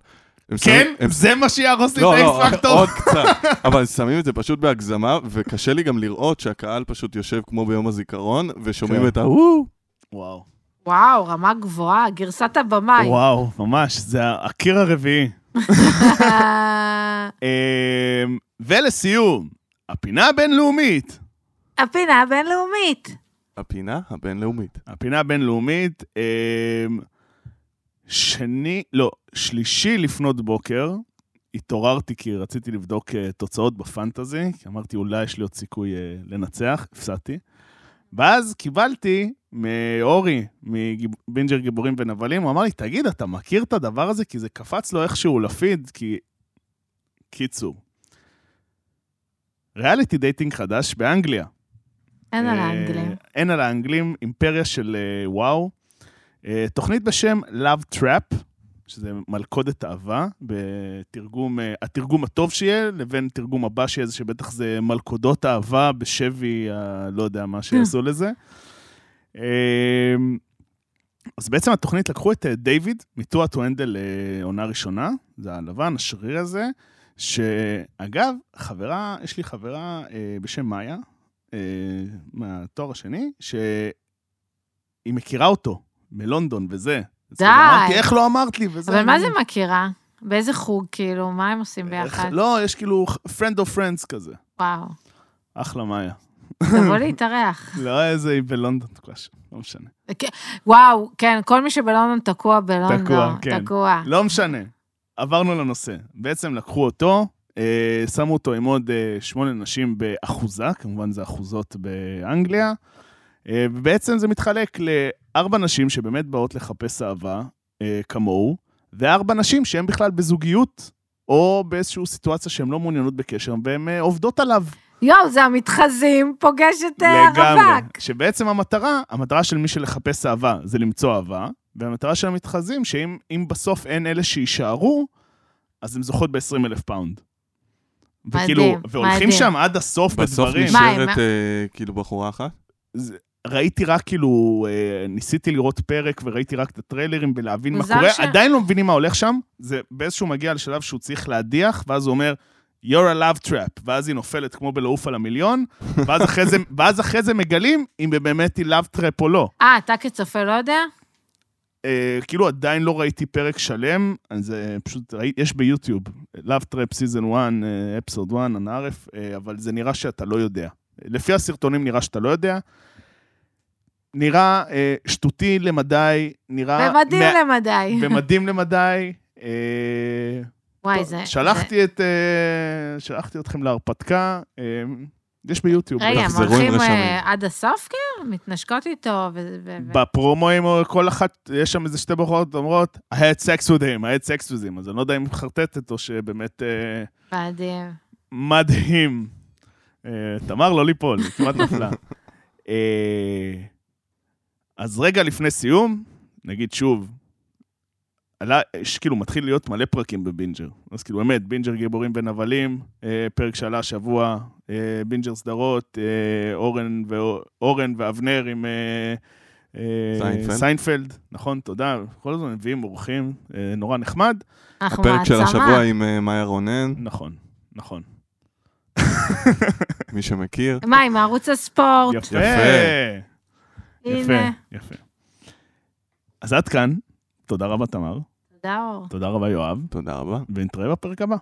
Speaker 3: הם שמים-
Speaker 1: כן?
Speaker 3: הם
Speaker 1: זה מה שיהרוס לי את
Speaker 3: לא, לא,
Speaker 1: האקס פקטור?
Speaker 3: עוד קצת. אבל שמים את זה פשוט בהגזמה, וקשה לי גם לראות שהקהל פשוט יושב כמו ביום הזיכרון,
Speaker 1: כן.
Speaker 3: ושומעים את הוואו.
Speaker 1: וואו.
Speaker 2: וואו, רמה גבוהה, גרסת הבמאי.
Speaker 1: וואו, ממש, זה הקיר הרביעי.
Speaker 2: אה,
Speaker 1: אמ, ולסיום, הפינה הבינלאומית.
Speaker 2: הפינה הבינלאומית.
Speaker 3: הפינה הבינלאומית.
Speaker 1: הפינה הבינלאומית, אמ, שני, לא, שלישי לפנות בוקר, התעוררתי כי רציתי לבדוק אה, תוצאות בפנטזי, כי אמרתי אולי יש לי עוד סיכוי אה, לנצח, הפסדתי. ואז קיבלתי מאורי, מבינג'ר גיבורים ונבלים, הוא אמר לי, תגיד, אתה מכיר את הדבר הזה? כי זה קפץ לו איכשהו לפיד, כי... קיצור. ריאליטי דייטינג חדש באנגליה.
Speaker 2: אין על
Speaker 1: אה,
Speaker 2: האנגלים.
Speaker 1: אין על האנגלים, אימפריה של אה, וואו. אה, תוכנית בשם Love Trap, שזה מלכודת אהבה, בתרגום, אה, התרגום הטוב שיהיה, לבין תרגום הבא שיהיה, זה שבטח זה מלכודות אהבה בשבי, ה- לא יודע מה שיעשו לזה. אה, אז בעצם התוכנית לקחו את אה, דיוויד, מטועה טואנדל אה, עונה ראשונה, זה הלבן, השריר הזה, שאגב, חברה, יש לי חברה אה, בשם מאיה, אה, מהתואר השני, שהיא מכירה אותו מלונדון וזה. אז
Speaker 2: די.
Speaker 1: כזה אמרתי, איך לא אמרת לי? וזה,
Speaker 2: אבל מה
Speaker 1: אני-
Speaker 2: זה מכירה? באיזה חוג, כאילו? מה הם עושים
Speaker 1: איך-
Speaker 2: ביחד?
Speaker 1: לא, יש כאילו friend of friends כזה.
Speaker 2: וואו.
Speaker 1: אחלה מאיה.
Speaker 2: תבוא להתארח.
Speaker 1: לא איזה, היא בלונדון תקוע שם, לא משנה.
Speaker 2: וואו, כן, כל מי שבלונדון תקוע בלונדון.
Speaker 1: תקוע, כן.
Speaker 2: תקוע.
Speaker 1: לא משנה. עברנו לנושא. בעצם לקחו אותו, אה, שמו אותו עם עוד אה, שמונה נשים באחוזה, כמובן זה אחוזות באנגליה, אה, ובעצם זה מתחלק לארבע נשים שבאמת באות לחפש אהבה, אה, כמוהו, וארבע נשים שהן בכלל בזוגיות, או באיזושהי סיטואציה שהן לא מעוניינות בקשר, והן אה, עובדות עליו.
Speaker 2: יואו, זה המתחזים פוגש את אה, הרווק.
Speaker 1: שבעצם המטרה, המטרה של מי שלחפש אהבה זה למצוא אהבה, והמטרה של המתחזים, שאם אם בסוף אין אלה שיישארו, אז הן זוכות ב-20 אלף פאונד. וכאילו,
Speaker 2: מדהים,
Speaker 1: והולכים
Speaker 2: מדהים.
Speaker 1: שם עד הסוף
Speaker 3: בסוף
Speaker 1: בדברים.
Speaker 2: נשאר- מה, הם-
Speaker 3: נשארת אה, כאילו בחורה אחת.
Speaker 1: ראיתי רק כאילו, אה, ניסיתי לראות פרק וראיתי רק את הטריילרים ולהבין מה
Speaker 2: מוזר
Speaker 1: קורה,
Speaker 2: ש-
Speaker 1: עדיין לא מבינים מה הולך שם, זה באיזשהו מגיע לשלב שהוא צריך להדיח, ואז הוא אומר, You're a love trap, ואז היא נופלת כמו בלעוף על המיליון, ואז אחרי זה- ואז אחרי זה מגלים אם באמת היא love trap או לא.
Speaker 2: אה, אתה כצופה לא יודע?
Speaker 1: אה, כאילו עדיין לא ראיתי פרק שלם, אז אה, פשוט, ראי- יש ביוטיוב, Love Trap Season אה, 1, אפיסוד 1, אנערף, אה, אבל זה נראה שאתה לא יודע. לפי הסרטונים נראה שאתה לא יודע. נראה אה, שטותי למדי, נראה...
Speaker 2: ומדהים
Speaker 1: אה, מה-
Speaker 2: למדי.
Speaker 1: ומדהים למדי. אה,
Speaker 2: וואי,
Speaker 1: טוב,
Speaker 2: זה... זה-
Speaker 1: שלחתי את... אה, שלחתי אתכם להרפתקה, אה, יש ביוטיוב.
Speaker 2: רגע, הם
Speaker 3: תחזרו עם
Speaker 2: הולכים
Speaker 3: רשמים.
Speaker 2: אה, עד הסוף, כאילו? מתנשקות איתו, ו... ו- ו-
Speaker 1: בפרומואים כל אחת, יש שם איזה שתי בחורות אומרות, I had sex with him, I had sex with him, אז אני לא יודע אם היא מחרטטת או שבאמת אה,
Speaker 2: מדהים.
Speaker 1: מדהים. אה, תמר, לא ליפול, היא כמעט נפלה. אה, אז רגע לפני סיום, נגיד שוב, עלה, יש כאילו מתחיל להיות מלא פרקים בבינג'ר. אז כאילו באמת, בינג'ר גיבורים ונבלים, אה, פרק שעלה השבוע, אה, בינג'ר סדרות, אה, אורן, ואו- אורן ואבנר עם אה, אה,
Speaker 3: סיינפלד.
Speaker 1: סיינפלד, נכון, תודה. כל הזמן מביאים אורחים, אה, נורא נחמד.
Speaker 2: אנחנו
Speaker 3: הפרק של
Speaker 2: מעצמה.
Speaker 3: השבוע עם אה, מאיה רונן,
Speaker 1: נכון, נכון.
Speaker 3: מי שמכיר.
Speaker 2: מה, עם ערוץ הספורט?
Speaker 1: יפה.
Speaker 2: הנה.
Speaker 1: יפה, יפה. אז עד כאן. תודה רבה, תמר.
Speaker 2: תודה, אור.
Speaker 1: תודה רבה, יואב.
Speaker 3: תודה רבה.
Speaker 1: ונתראה בפרק הבא.